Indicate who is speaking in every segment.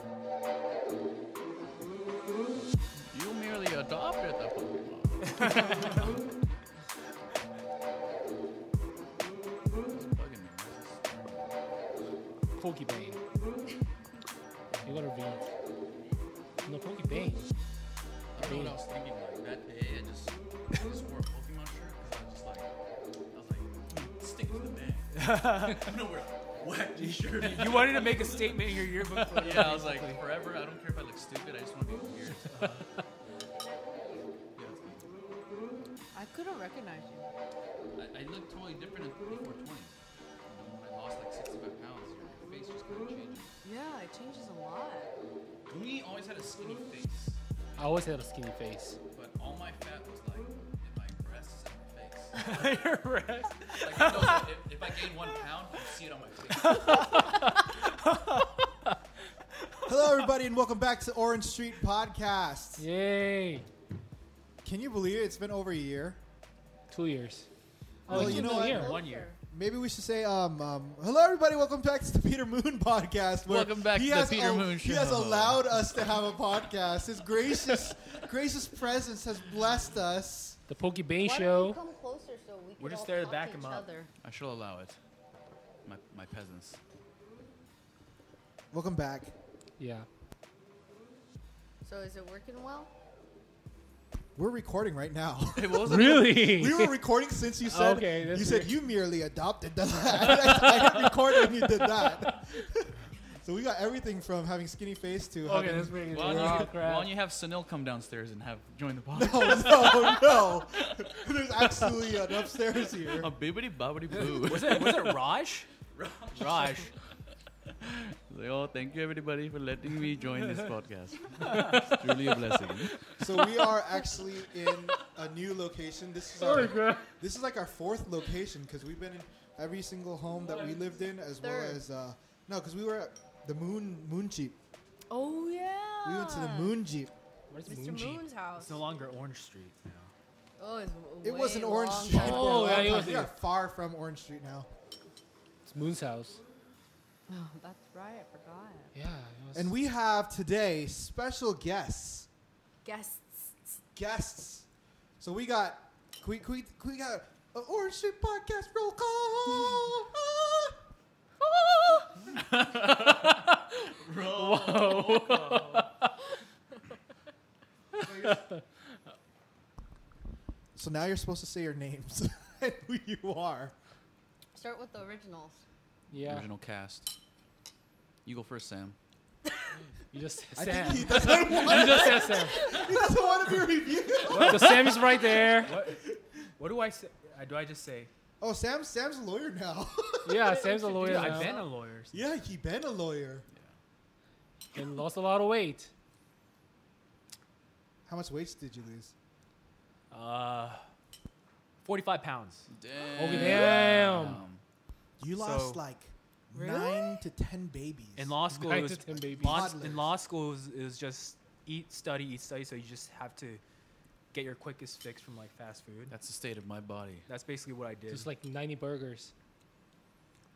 Speaker 1: Porcupine. You gotta read. No, Porcupine.
Speaker 2: I don't know what I was thinking. Like that day, I just, I just wore a Pokemon shirt because I was just like, I was like, "Hmm, stick to the man. I'm gonna wear a wacky shirt.
Speaker 1: You wanted to make a statement in your yearbook. for-
Speaker 2: yeah, I was like, forever. I don't care if I look stupid. I just want to be weird. Uh, yeah, that's me.
Speaker 3: I couldn't recognize you.
Speaker 2: I, I look totally different at 420. You know, when I lost like 65 pounds, your face just kind of changes.
Speaker 3: Yeah, it changes a lot.
Speaker 2: Goonie always had a skinny face,
Speaker 1: I always had a skinny face.
Speaker 2: but all my fat was like in my breasts and my face.
Speaker 1: Your breast.
Speaker 2: Like, I know that if, if I gain one pound, you see it on my face.
Speaker 4: Hello, everybody, and welcome back to Orange Street Podcast.
Speaker 1: Yay.
Speaker 4: Can you believe it? It's been over a year.
Speaker 1: Two years.
Speaker 4: Well,
Speaker 1: it's
Speaker 4: Oh, you
Speaker 1: been
Speaker 4: know
Speaker 1: a
Speaker 4: what?
Speaker 1: year. One year.
Speaker 4: Maybe we should say, um, um, hello, everybody, welcome back to the Peter Moon Podcast. where
Speaker 2: Welcome back
Speaker 4: he
Speaker 2: to the
Speaker 4: has
Speaker 2: Peter Moon
Speaker 4: He
Speaker 2: Show.
Speaker 4: has allowed us to have a podcast. His gracious, gracious presence has blessed us.
Speaker 1: The Pokebane
Speaker 5: Why don't you
Speaker 1: Show.
Speaker 5: come closer so we can
Speaker 6: We're just
Speaker 5: all
Speaker 6: there to
Speaker 5: talk
Speaker 6: back
Speaker 5: each
Speaker 6: him up.
Speaker 5: other?
Speaker 2: I shall allow it. My, my peasants.
Speaker 4: Welcome back.
Speaker 1: Yeah.
Speaker 5: So is it working well?
Speaker 4: We're recording right now.
Speaker 2: Hey, what was
Speaker 1: Really?
Speaker 4: We were recording since you said
Speaker 1: Okay,
Speaker 4: you
Speaker 1: that's
Speaker 4: said
Speaker 1: weird.
Speaker 4: you merely adopted that. I didn't record when you did that. so we got everything from having skinny face to
Speaker 1: okay,
Speaker 4: having
Speaker 1: that's weird.
Speaker 2: Why
Speaker 1: We're
Speaker 2: don't,
Speaker 1: all
Speaker 2: you, why
Speaker 1: crap.
Speaker 2: don't you have Sunil come downstairs and have join the podcast?
Speaker 4: Oh, no, no, no. There's absolutely an upstairs here.
Speaker 2: A bibbity bobbity boo.
Speaker 6: Was it was it Raj? Raj.
Speaker 2: Like, oh, thank you everybody for letting me join this podcast. It's truly a blessing.
Speaker 4: So we are actually in a new location. This is our this is like our fourth location because we've been in every single home that we lived in, as well
Speaker 5: Third.
Speaker 4: as uh, no, because we were at the Moon Moon Jeep.
Speaker 3: Oh yeah.
Speaker 4: We went to the
Speaker 5: Ah.
Speaker 4: Moon Jeep.
Speaker 1: Where's
Speaker 5: Mr.
Speaker 1: Moon Jeep?
Speaker 5: Moon's house.
Speaker 6: It's no longer Orange Street now.
Speaker 5: oh, it's
Speaker 4: It
Speaker 5: way
Speaker 4: was an Orange
Speaker 5: long
Speaker 4: Street.
Speaker 5: time.
Speaker 4: for a
Speaker 1: Oh,
Speaker 4: long
Speaker 1: yeah, it
Speaker 4: time.
Speaker 1: was
Speaker 4: we
Speaker 1: here.
Speaker 4: are far from Orange Street now.
Speaker 1: It's Moon's house.
Speaker 5: Oh, that's right. I forgot.
Speaker 1: Yeah. it was-
Speaker 4: And we have today special guests.
Speaker 5: Guests.
Speaker 4: Guests. So we got we, we, we got a Orange Street podcast roll call. Ah. Ah. so now you're supposed to say your names and who you are.
Speaker 5: Start with the originals.
Speaker 1: yeah.
Speaker 2: Original cast. You go first, Sam.
Speaker 1: You just said
Speaker 4: I
Speaker 1: Sam.
Speaker 4: think he doesn't want
Speaker 1: You just said Sam.
Speaker 4: he doesn't want to be reviewed.
Speaker 1: so Sam is right there.
Speaker 6: What what do I say? uh, Do I just say?
Speaker 4: Oh, Sam Sam's a lawyer now.
Speaker 1: Yeah, Sam's a lawyer
Speaker 6: Dude,
Speaker 1: now.
Speaker 6: I've been a lawyer.
Speaker 4: yeah, he been a lawyer.
Speaker 1: and lost a lot of weight.
Speaker 4: How much weight did you lose?
Speaker 6: Uh, forty-five pounds.
Speaker 2: Damn.
Speaker 1: damn.
Speaker 4: You
Speaker 6: So-
Speaker 4: lost like nine to ten babies.
Speaker 6: In law school,
Speaker 1: Nine
Speaker 6: it
Speaker 1: to
Speaker 6: was
Speaker 1: 10 babies.
Speaker 6: law-
Speaker 4: Toddlers.
Speaker 6: in law school it was, it was just eat, study, eat, study. So you just have to get your quickest fix from like fast food.
Speaker 2: That's the state of my body.
Speaker 6: That's basically what I did.
Speaker 1: Just like 90 burgers.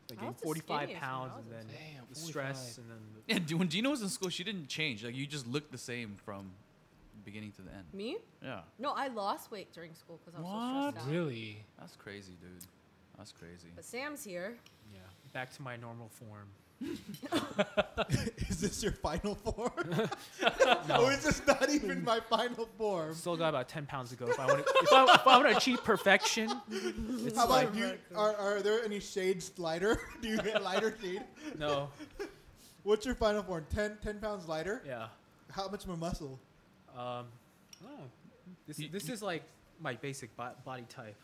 Speaker 6: I
Speaker 5: I
Speaker 6: gained
Speaker 5: was the
Speaker 6: 45
Speaker 5: skinniest when I
Speaker 6: pounds
Speaker 5: was
Speaker 6: and
Speaker 5: in
Speaker 6: then
Speaker 1: school. Damn,
Speaker 6: the stress and then the,
Speaker 2: Yeah, dude, when Gina was in school, she didn't change. Like you just looked the same from beginning to the end.
Speaker 5: Me?
Speaker 2: Yeah,
Speaker 5: No, I lost weight during school because I was so
Speaker 2: What?
Speaker 5: stressed out.
Speaker 1: Really?
Speaker 2: that's crazy, dude. That's crazy.
Speaker 5: But Sam's here.
Speaker 6: yeah, back to my normal form.
Speaker 4: is this your final form? or
Speaker 6: No,
Speaker 4: is this not even my final form?
Speaker 6: still got about 10 pounds to go. If I want to, if I, if I want to achieve perfection, it's
Speaker 4: How
Speaker 6: like
Speaker 4: about you? Are, are there any shades lighter? Do you get lighter shade?
Speaker 6: no,
Speaker 4: What's your final form? 10, 10 pounds lighter?
Speaker 6: yeah.
Speaker 4: How much more muscle?
Speaker 6: Um, no, this
Speaker 2: You-
Speaker 6: this is like my basic bo- body type.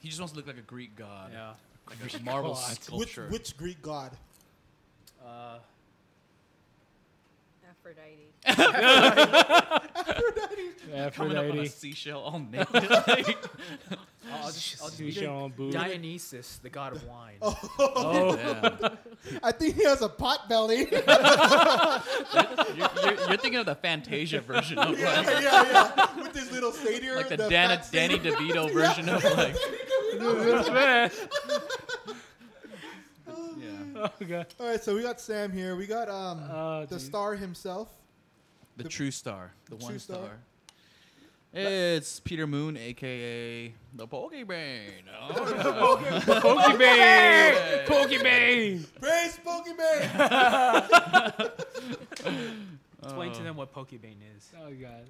Speaker 2: He just wants to look like a Greek god.
Speaker 6: Yeah.
Speaker 2: Like a marble
Speaker 1: God.
Speaker 4: Which,
Speaker 2: sculpture.
Speaker 4: which Greek god?
Speaker 6: Uh,
Speaker 5: Aphrodite.
Speaker 2: Coming up on a
Speaker 1: Aphrodite,
Speaker 2: seashell all naked. like,
Speaker 6: I'll, I'll just, I'll do
Speaker 1: Susha on boob.
Speaker 6: Dionysus, the god of wine.
Speaker 1: Oh,
Speaker 2: damn.
Speaker 4: I think he has a pot belly. yeah,
Speaker 2: You're, you're, you're thinking of the Fantasia version of like,
Speaker 4: yeah, yeah. With his little satyr.
Speaker 2: like the,
Speaker 4: the
Speaker 2: Dana,
Speaker 4: fat
Speaker 2: Danny
Speaker 4: satyr.
Speaker 2: DeVito version of like. yeah.
Speaker 1: oh god.
Speaker 4: All right, so we got Sam here. We got um
Speaker 1: Oh,
Speaker 4: the
Speaker 1: geez.
Speaker 4: star himself.
Speaker 2: The true star, the
Speaker 4: True
Speaker 2: one
Speaker 4: star.
Speaker 2: star. It's Peter Moon, aka the Pokebane. Oh,
Speaker 1: Pokebane! Pokebane!
Speaker 4: Praise Pokemon!
Speaker 6: Explain to them what Pokebane is.
Speaker 1: Oh, God.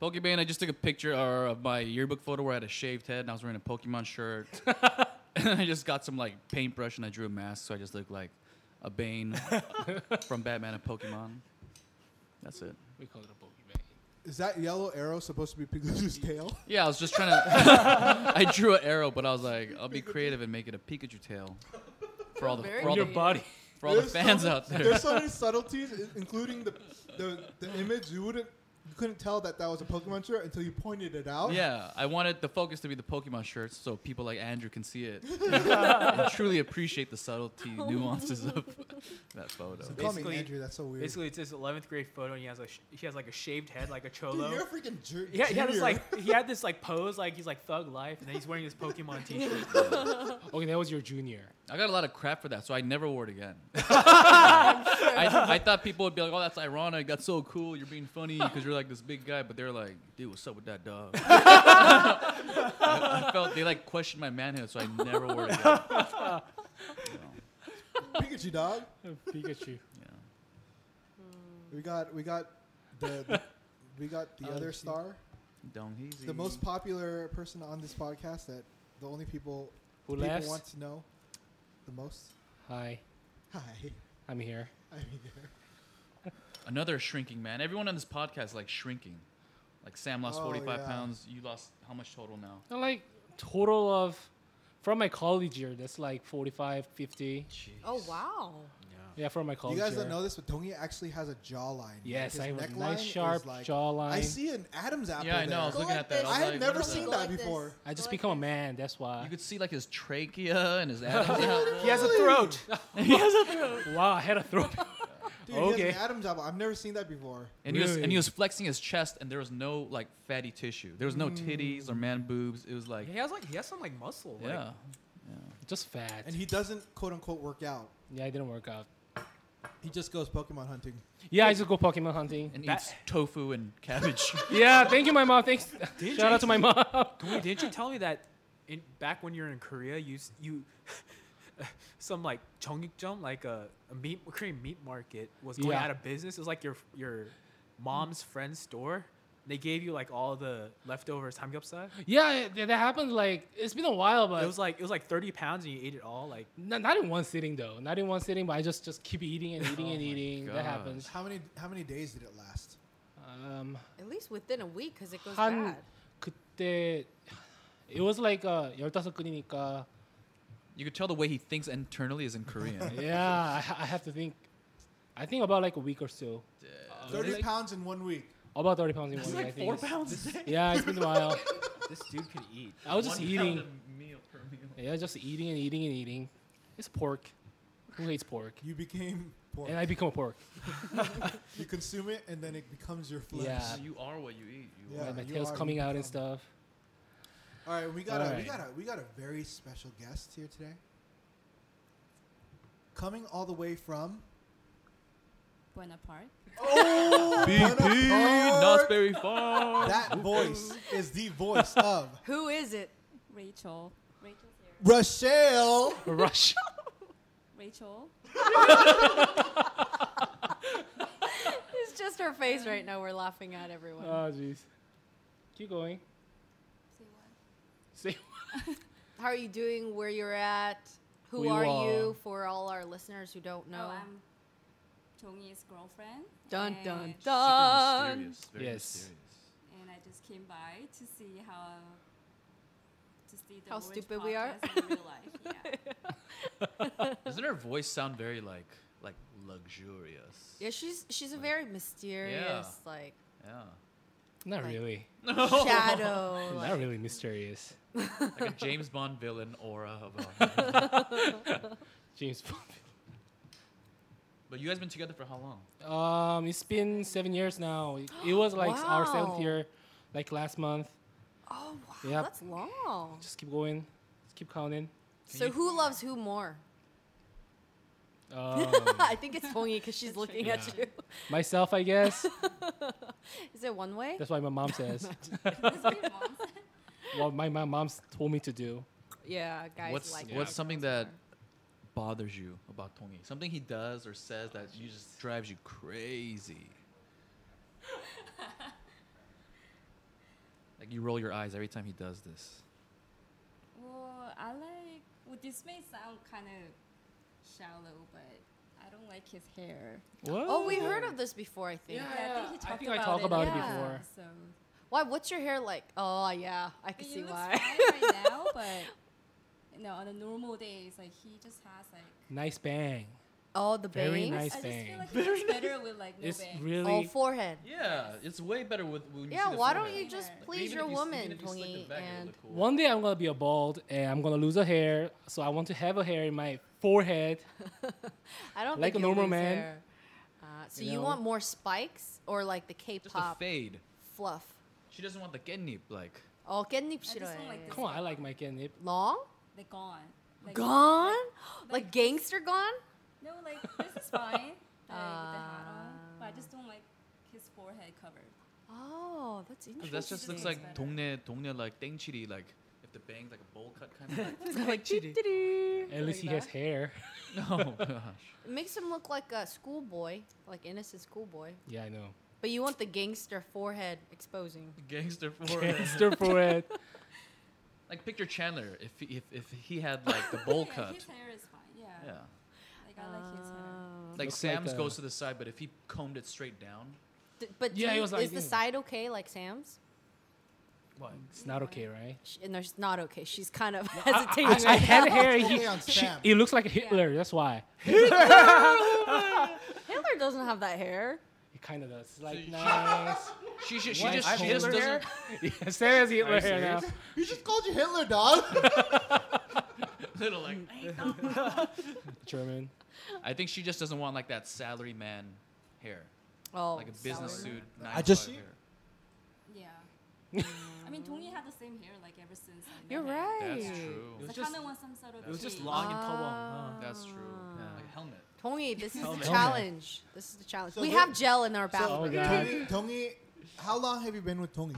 Speaker 2: Pokebane. I just took a picture or of my yearbook photo where I had a shaved head and I was wearing a Pokemon shirt. and I just got some like paintbrush and I drew a mask, so I just looked like a Bane from Batman and Pokemon. That's it.
Speaker 1: We call it a Pokebane.
Speaker 4: Is that yellow arrow supposed to be Pikachu's tail?
Speaker 2: Yeah, I was just trying to. I drew an arrow, but I was like, I'll be creative and make it a Pikachu tail for all the
Speaker 5: Very
Speaker 2: for all
Speaker 5: Your
Speaker 2: the,
Speaker 5: good.
Speaker 1: body.
Speaker 2: for all the
Speaker 4: There's
Speaker 2: fans
Speaker 4: so-
Speaker 2: out there.
Speaker 4: There's so many subtleties, i- including the, the the image. You wouldn't, you couldn't tell that that was a Pokemon shirt until you pointed it out.
Speaker 2: Yeah, I wanted the focus to be the Pokemon shirts, so people like Andrew can see it and truly appreciate the subtlety nuances of that photo.
Speaker 4: So call me
Speaker 6: Basically-
Speaker 4: Andrew. That's so weird.
Speaker 6: Basically, it's his 11th grade photo, and he has a sh- he has like a shaved head, like a cholo.
Speaker 4: Dude, you're a freaking ju-
Speaker 6: yeah, he had
Speaker 4: junior.
Speaker 6: this like he had this like pose, like he's like thug life, and then he's wearing this Pokemon T-shirt.
Speaker 1: Okay, that was your junior.
Speaker 2: I got a lot of crap for that, so I never wore it again. I, I thought people would be like, "Oh, that's ironic. That's so cool. You're being funny because you're like this big guy," but they're like, "Dude, what's up with that dog?" I, I felt they like questioned my manhood, so I never wore it again.
Speaker 4: Pikachu dog.
Speaker 1: Oh, Pikachu.
Speaker 4: We got we got the, the- we got the
Speaker 1: Oh,
Speaker 4: other
Speaker 1: shoot.
Speaker 4: star,
Speaker 2: Don't heezy.
Speaker 4: the most popular person on this podcast that the only people
Speaker 1: Who
Speaker 4: people
Speaker 1: laughs?
Speaker 4: want to know the most.
Speaker 1: Hi,
Speaker 4: Hi,
Speaker 1: I'm here.
Speaker 4: I mean, there.
Speaker 2: Another shrinking man. Everyone on this podcast is, like shrinking. Like Sam lost
Speaker 4: Oh,
Speaker 2: 45
Speaker 4: yeah.
Speaker 2: pounds. You lost how much total now?
Speaker 1: i like total of, from my college year, that's like 45, 50.
Speaker 5: Oh wow.
Speaker 1: Yeah, from my college
Speaker 4: you guys
Speaker 1: year.
Speaker 4: don't know this, but Dongi actually has a jawline.
Speaker 1: Yes,
Speaker 4: Like,
Speaker 1: I
Speaker 4: his
Speaker 1: have a
Speaker 4: neckline
Speaker 1: nice
Speaker 4: is,
Speaker 1: sharp
Speaker 4: like-
Speaker 1: jawline.
Speaker 4: I see an Adam's apple.
Speaker 2: Yeah, I know. I was
Speaker 4: There.
Speaker 5: Go
Speaker 2: looking
Speaker 5: like
Speaker 2: at that.
Speaker 5: this.
Speaker 4: I
Speaker 2: was
Speaker 4: had
Speaker 2: like,
Speaker 4: never
Speaker 2: what is
Speaker 4: seen
Speaker 5: Go
Speaker 2: that?
Speaker 4: that
Speaker 5: like this.
Speaker 4: before.
Speaker 1: I just
Speaker 5: Go like
Speaker 1: become a
Speaker 5: this.
Speaker 1: man, that's why.
Speaker 2: You could see like his trachea and his abdomen.
Speaker 6: he has a throat.
Speaker 2: he has a throat.
Speaker 1: wow, I had a throat.
Speaker 4: Dude, he has
Speaker 1: Okay.
Speaker 4: an Adam's apple. I've never seen that before.
Speaker 2: And he was and
Speaker 1: Really?
Speaker 2: he was flexing his chest, and there was no like fatty tissue. There was
Speaker 4: Mm.
Speaker 2: no titties or man boobs. It was like
Speaker 6: He has like he has some like muscle. Like,
Speaker 2: yeah.
Speaker 1: Just fat.
Speaker 4: And he doesn't quote unquote work out.
Speaker 1: yeah, it didn't work out.
Speaker 4: He just goes Pokemon hunting.
Speaker 1: Yeah, I just go Pokemon hunting.
Speaker 2: and
Speaker 6: That-
Speaker 2: eats tofu and cabbage.
Speaker 1: yeah, thank you, my mom. Thanks.
Speaker 6: Did
Speaker 1: Shout
Speaker 6: you-
Speaker 1: out to my mom.
Speaker 6: Wait, didn't you tell me that in back when you were in Korea, you s- you some like Cheonggyeom, like a, a meat Korean meat market was going
Speaker 1: Yeah.
Speaker 6: out of business. It was like your your mom's friend's store. They gave you like all the leftovers hamgyeopsal.
Speaker 1: Yeah, that, that happened. Like it's been a while, but
Speaker 6: It was like it was like thirty pounds, and you ate it all. Like
Speaker 1: not, not in one sitting though. Not in one sitting, but I just just keep eating and eating and eating. That
Speaker 2: gosh.
Speaker 1: happens.
Speaker 4: How many how many days did it last?
Speaker 1: Um,
Speaker 5: At least within a week, cause it goes
Speaker 1: 한
Speaker 5: bad.
Speaker 1: 그때 it was like uh, 15끈이니까
Speaker 2: you could tell the way he thinks internally is in Korean.
Speaker 1: yeah, I, ha- I have to think. I think about like a week or so. Uh,
Speaker 4: Thirty
Speaker 1: like,
Speaker 4: pounds in one week.
Speaker 1: About 30 pounds in one
Speaker 6: it's
Speaker 1: week. I
Speaker 6: like
Speaker 1: think
Speaker 6: four
Speaker 1: It's-
Speaker 6: pounds. a day.
Speaker 1: Yeah, it's been a while.
Speaker 6: This dude could eat.
Speaker 1: I was just
Speaker 7: One
Speaker 1: eating.
Speaker 7: pound a meal per meal.
Speaker 1: Yeah, just eating and eating and eating. It's pork. Who hates pork?
Speaker 4: You became pork.
Speaker 1: And I become a pork.
Speaker 4: you consume it and then it becomes your flesh.
Speaker 1: Yeah.
Speaker 2: you are what you eat. You
Speaker 4: Yeah,
Speaker 1: Like, my
Speaker 4: you
Speaker 1: tail's
Speaker 4: are-
Speaker 1: coming
Speaker 4: you
Speaker 1: out and
Speaker 4: become-
Speaker 1: stuff.
Speaker 4: All right, we got a we
Speaker 1: Alright.
Speaker 4: got a we got a very special guest here today. Coming all the way from
Speaker 8: Bonaparte.
Speaker 4: Oh,
Speaker 2: BP, Knott's Berry Farm.
Speaker 4: that voice is the voice of
Speaker 5: Who is it?
Speaker 8: Rachel. Rachel's here.
Speaker 4: Rochelle.
Speaker 1: Rush.
Speaker 8: Rachel.
Speaker 5: It's just her face right now. We're laughing at everyone.
Speaker 1: Oh, jeez. Keep going.
Speaker 8: Say what?
Speaker 1: Say
Speaker 5: How are you doing? Where you're at? Who
Speaker 1: Who you
Speaker 5: are
Speaker 1: are.
Speaker 5: you? For all our listeners who don't know.
Speaker 8: No, Oh, I'm Jongi's girlfriend.
Speaker 5: dun
Speaker 8: and,
Speaker 5: dun
Speaker 2: Super
Speaker 5: dun.
Speaker 2: mysterious. Very
Speaker 1: Yes.
Speaker 2: mysterious.
Speaker 8: And I just came by to see how to see the
Speaker 5: How
Speaker 8: orange
Speaker 5: stupid we are.
Speaker 8: podcast in real life. Yeah.
Speaker 2: Doesn't her voice sound very like like luxurious?
Speaker 5: Yeah, she's she's a very mysterious, like
Speaker 2: Yeah. Oh.
Speaker 1: Not
Speaker 5: Like-
Speaker 1: really.
Speaker 5: shadow.
Speaker 1: Not really mysterious.
Speaker 2: Like a James Bond villain aura of a.
Speaker 1: James
Speaker 2: but you guys been together for how long?
Speaker 1: Bond. Um, it's been seven years now. It- It was like our seventh
Speaker 5: Wow.
Speaker 1: year, like last month.
Speaker 5: oh wow,
Speaker 1: Yep.
Speaker 5: that's long.
Speaker 1: Just keep going. Just keep counting.
Speaker 5: so
Speaker 2: you-
Speaker 5: who loves who more?
Speaker 1: Oh.
Speaker 5: I think it's Pongi because she's looking at you.
Speaker 1: Myself, I guess.
Speaker 5: Is it one way?
Speaker 1: That's why my mom says.
Speaker 8: That's what your mom said.
Speaker 1: well, my, my mom's told me to do.
Speaker 5: Yeah, guys
Speaker 2: What's-
Speaker 5: like
Speaker 2: what's
Speaker 5: that.
Speaker 2: something that- Bothers you about Tongi? Something he does or says that you just drives you crazy. like you roll your eyes every time he does this.
Speaker 8: Well, I like. Well, this may sound kind of shallow, but I don't like his hair.
Speaker 1: What?
Speaker 5: Oh, we heard of this before, I think.
Speaker 8: I think he
Speaker 1: I
Speaker 8: talked
Speaker 1: think I
Speaker 8: about
Speaker 1: talked
Speaker 8: it.
Speaker 1: about
Speaker 5: it
Speaker 8: yeah.
Speaker 1: before.
Speaker 8: So
Speaker 5: Why? What's your hair like? Oh, yeah, I
Speaker 8: But
Speaker 5: can
Speaker 8: he
Speaker 5: see
Speaker 8: looks
Speaker 5: why.
Speaker 8: fine right now, but you know, on a normal days, like he just has like.
Speaker 1: Nice bang.
Speaker 5: oh, the
Speaker 1: Very
Speaker 5: bangs.
Speaker 1: nice.
Speaker 8: I just feel
Speaker 1: bang.
Speaker 8: like he looks better with like no
Speaker 1: It's
Speaker 8: bang.
Speaker 1: really.
Speaker 5: Oh, forehead.
Speaker 2: Yeah, it's way better with when you
Speaker 5: Yeah,
Speaker 2: see the
Speaker 5: why don't
Speaker 2: forehead.
Speaker 5: you just
Speaker 8: But
Speaker 5: please
Speaker 2: Even
Speaker 5: your
Speaker 2: if you s- even
Speaker 5: woman,
Speaker 2: if you slick
Speaker 5: Tongi?
Speaker 2: it back, it would
Speaker 5: And
Speaker 2: look cool.
Speaker 1: One day I'm gonna be a bald and I'm gonna lose a hair, so I want to have a hair in my forehead.
Speaker 5: I don't
Speaker 1: Like
Speaker 5: think
Speaker 1: a
Speaker 5: you'll
Speaker 1: normal
Speaker 5: lose
Speaker 1: man.
Speaker 5: hair. Uh, so
Speaker 1: You
Speaker 5: you,
Speaker 1: know?
Speaker 5: want more spikes or like the
Speaker 2: just a
Speaker 5: K-pop
Speaker 2: fade.
Speaker 5: fluff?
Speaker 2: She doesn't want the getnip like.
Speaker 5: Oh, getting
Speaker 8: just want, like, this-
Speaker 1: Come on, I like my catnip.
Speaker 5: long,
Speaker 8: They're gone. Like,
Speaker 5: gone, like,
Speaker 8: like-
Speaker 5: gangster gone.
Speaker 8: No, like this is fine. Like, with the hat on, but I
Speaker 5: Ah.
Speaker 8: just don't like his forehead covered.
Speaker 5: Oh, that's interesting.
Speaker 2: That just looks
Speaker 8: Interesting.
Speaker 2: like
Speaker 8: It's
Speaker 2: 동네 동네 like 땡치리 like if the bangs like a bowl cut kind of like.
Speaker 6: like cheating.
Speaker 1: At least he has hair.
Speaker 2: no Oh gosh.
Speaker 5: It makes him look like a schoolboy, like innocent schoolboy.
Speaker 1: Yeah, I know.
Speaker 5: But you want the gangster forehead exposing.
Speaker 2: Gangster forehead.
Speaker 1: Gangster forehead.
Speaker 2: like picture Chandler if he, if if he had like the bowl
Speaker 8: Oh, yeah,
Speaker 2: cut.
Speaker 8: His hair is fine. Yeah.
Speaker 2: Yeah.
Speaker 8: Like I like his hair.
Speaker 5: Oh.
Speaker 2: Like
Speaker 1: Looks
Speaker 2: Sam's
Speaker 1: like a-
Speaker 2: goes to the side, but if he combed it straight down,
Speaker 5: D- but
Speaker 1: Yeah,
Speaker 5: do
Speaker 1: he
Speaker 5: you-
Speaker 1: was like-
Speaker 5: is the side okay, like Sam's?
Speaker 2: what?
Speaker 1: It's not okay, right?
Speaker 5: Sh and there's not okay. She's kind of
Speaker 1: I,
Speaker 5: hesitating.
Speaker 1: I- I
Speaker 5: right
Speaker 1: had
Speaker 5: now.
Speaker 1: hair. He,
Speaker 4: Totally on
Speaker 1: she,
Speaker 4: Sam.
Speaker 1: it looks like a Hitler. That's why.
Speaker 5: Hitler doesn't have that hair.
Speaker 1: He kind of does. It's Like
Speaker 2: she-
Speaker 1: nice.
Speaker 2: She should, she
Speaker 1: What?
Speaker 2: just
Speaker 1: I
Speaker 2: she
Speaker 1: have
Speaker 2: just
Speaker 1: Hitler
Speaker 2: doesn't.
Speaker 1: yeah, Sam has Hitler hair now.
Speaker 4: You just called you Hitler, dog.
Speaker 2: Little like.
Speaker 1: German.
Speaker 2: I think she just doesn't want like that salary man hair,
Speaker 5: Oh,
Speaker 2: like a business suit. nine
Speaker 4: I
Speaker 2: to
Speaker 4: just-
Speaker 2: five hair.
Speaker 8: Yeah. I mean, Tony had the same hair like ever since. I met
Speaker 5: You're
Speaker 8: him.
Speaker 5: right.
Speaker 2: That's
Speaker 5: Yeah.
Speaker 2: true.
Speaker 6: It was
Speaker 8: So I
Speaker 6: just
Speaker 8: kind of want some sort
Speaker 6: it
Speaker 8: of.
Speaker 6: was just
Speaker 8: change.
Speaker 6: long and kawang. Huh?
Speaker 2: That's true.
Speaker 5: Ah.
Speaker 2: Like a helmet.
Speaker 5: Tony, this is the
Speaker 6: Helmet.
Speaker 5: challenge. This is the challenge.
Speaker 4: So
Speaker 5: we
Speaker 4: who-
Speaker 5: have gel in our
Speaker 4: So,
Speaker 1: Oh,
Speaker 5: bathroom.
Speaker 1: God.
Speaker 4: Tongi, Tongi, how long have you been with Tongi?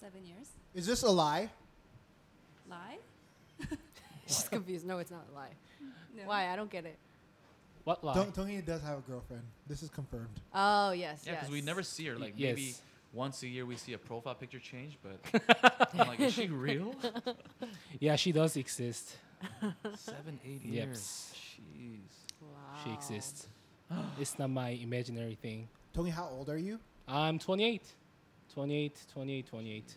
Speaker 8: Seven years.
Speaker 4: Is this a lie?
Speaker 8: Lie?
Speaker 5: She's confused. No, it's not a lie.
Speaker 8: No.
Speaker 5: Why? I don't get it.
Speaker 1: What lie?
Speaker 4: Tong- Tongi does have a girlfriend. This is confirmed.
Speaker 5: Oh yes,
Speaker 2: Yeah, because
Speaker 5: yes.
Speaker 2: we never see her.
Speaker 1: Y-
Speaker 2: Like
Speaker 1: yes.
Speaker 2: maybe once a year we see a profile picture change, but I'm like, is she real?
Speaker 1: Yeah, she does exist.
Speaker 2: Seven, eight
Speaker 1: Yep.
Speaker 2: years. Jeez.
Speaker 1: She
Speaker 5: Wow.
Speaker 1: exists. it's not my imaginary thing.
Speaker 4: Tongi, how old are you?
Speaker 1: I'm 28. 28, 28, 28.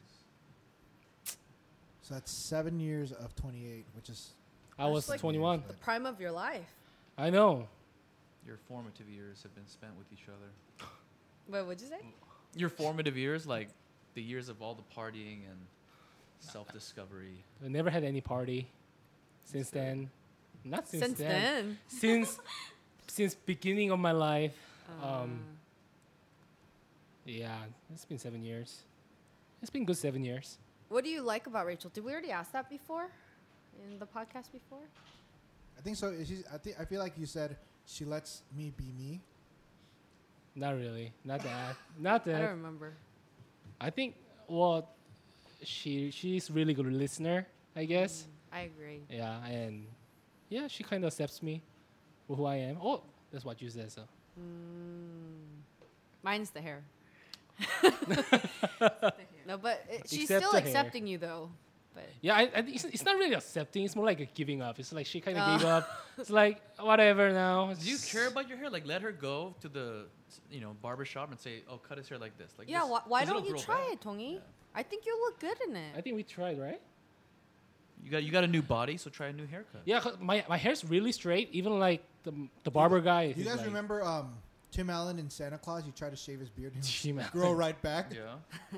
Speaker 4: So that's seven years of 28, which is
Speaker 1: I
Speaker 5: That's
Speaker 1: was
Speaker 5: like-
Speaker 1: 21.
Speaker 5: The prime of your life.
Speaker 1: I know.
Speaker 2: Your formative years have been spent with each other.
Speaker 5: Wait, what'd you say?
Speaker 2: Your formative years, like the years of all the partying and self-discovery.
Speaker 1: I never had any party since then. Not since,
Speaker 5: Since
Speaker 1: then.
Speaker 5: then.
Speaker 1: Since since beginning of my life.
Speaker 5: Uh.
Speaker 1: Um, Yeah, it's been seven years. It's been good seven years.
Speaker 5: What do you like about Rachel? Did we already ask that before? In the podcast before?
Speaker 4: I think so. She's, I think I feel like you said she lets me be me.
Speaker 1: Not really. Not that. Not
Speaker 5: I don't
Speaker 1: that.
Speaker 5: remember.
Speaker 1: I think. Well, she she's really good listener. I guess.
Speaker 5: I agree.
Speaker 1: Yeah, and yeah, she kind of accepts me for who I am. Oh, that's what you said. So
Speaker 5: Mine's the hair.
Speaker 8: The hair.
Speaker 5: No, but it, she's
Speaker 1: Except
Speaker 5: still
Speaker 1: the hair.
Speaker 5: accepting you though. But
Speaker 1: yeah, I, I, think it's, it's not really accepting. It's more like a giving up. It's like she kind of
Speaker 5: Oh.
Speaker 1: gave up. It's like whatever now.
Speaker 2: Do you care about your hair? Like, let her go to the, you know, barber shop and say, "Oh, cut his hair like this." Like,
Speaker 5: yeah,
Speaker 2: this-
Speaker 5: why, why
Speaker 2: this
Speaker 5: don't
Speaker 2: little
Speaker 5: you
Speaker 2: girl
Speaker 5: try
Speaker 2: back.
Speaker 5: it, Tongi?
Speaker 2: Yeah.
Speaker 5: I think you look good in
Speaker 1: I
Speaker 5: it.
Speaker 1: think we tried, right?
Speaker 2: You got you got a new body, so try a new haircut.
Speaker 1: Yeah, 'cause my my hair's really straight. Even like the the barber guy.
Speaker 4: Do
Speaker 1: he's
Speaker 4: you guys
Speaker 1: like-
Speaker 4: remember um, Tim Allen in Santa Claus? He tried to shave his beard and he
Speaker 1: Tim
Speaker 4: would grow right back.
Speaker 2: Yeah.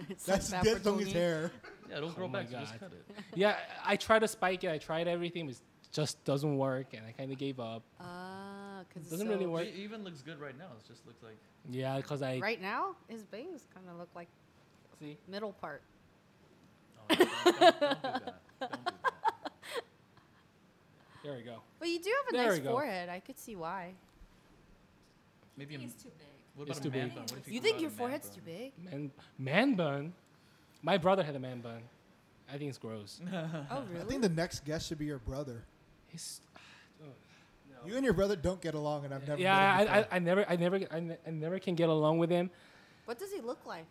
Speaker 5: It's like
Speaker 4: That's
Speaker 5: that
Speaker 4: dead
Speaker 5: for
Speaker 4: Tongi's
Speaker 5: Tongi.
Speaker 4: hair.
Speaker 2: Yeah, don't
Speaker 1: Oh
Speaker 2: grow
Speaker 1: my
Speaker 2: back. So just
Speaker 1: God.
Speaker 2: cut it.
Speaker 1: Yeah, I I tried to spike it. I tried everything. But it just doesn't work, and I kind of gave up.
Speaker 5: Ah, because
Speaker 1: Doesn't really work.
Speaker 2: It even looks good right now. It just looks like
Speaker 1: Yeah, because I
Speaker 5: Right now, his bangs kind of look like
Speaker 1: see.
Speaker 5: middle part.
Speaker 2: Oh, don't, don't- don't do that. Don't do that.
Speaker 1: There we go.
Speaker 5: But you do have a
Speaker 1: There we
Speaker 5: nice
Speaker 1: go.
Speaker 5: forehead. I could see why.
Speaker 2: Maybe.
Speaker 8: think
Speaker 2: A,
Speaker 8: it's too big.
Speaker 2: what
Speaker 1: It's
Speaker 2: about
Speaker 1: too
Speaker 2: a man
Speaker 1: big.
Speaker 2: bun? What if grew
Speaker 5: You think
Speaker 2: out a
Speaker 5: your
Speaker 2: man
Speaker 5: forehead's
Speaker 2: bun?
Speaker 5: too big?
Speaker 1: Man, man bun. My brother had a man bun. I think it's gross.
Speaker 5: Oh,
Speaker 4: I think
Speaker 5: really?
Speaker 4: the next guest should be your brother.
Speaker 1: He's-
Speaker 4: You and your brother don't get along, and I've never.
Speaker 1: yeah,
Speaker 4: met him
Speaker 1: I, I,
Speaker 4: before.
Speaker 1: I never, I never, I, ne- I never can get along with him.
Speaker 5: What does he look like?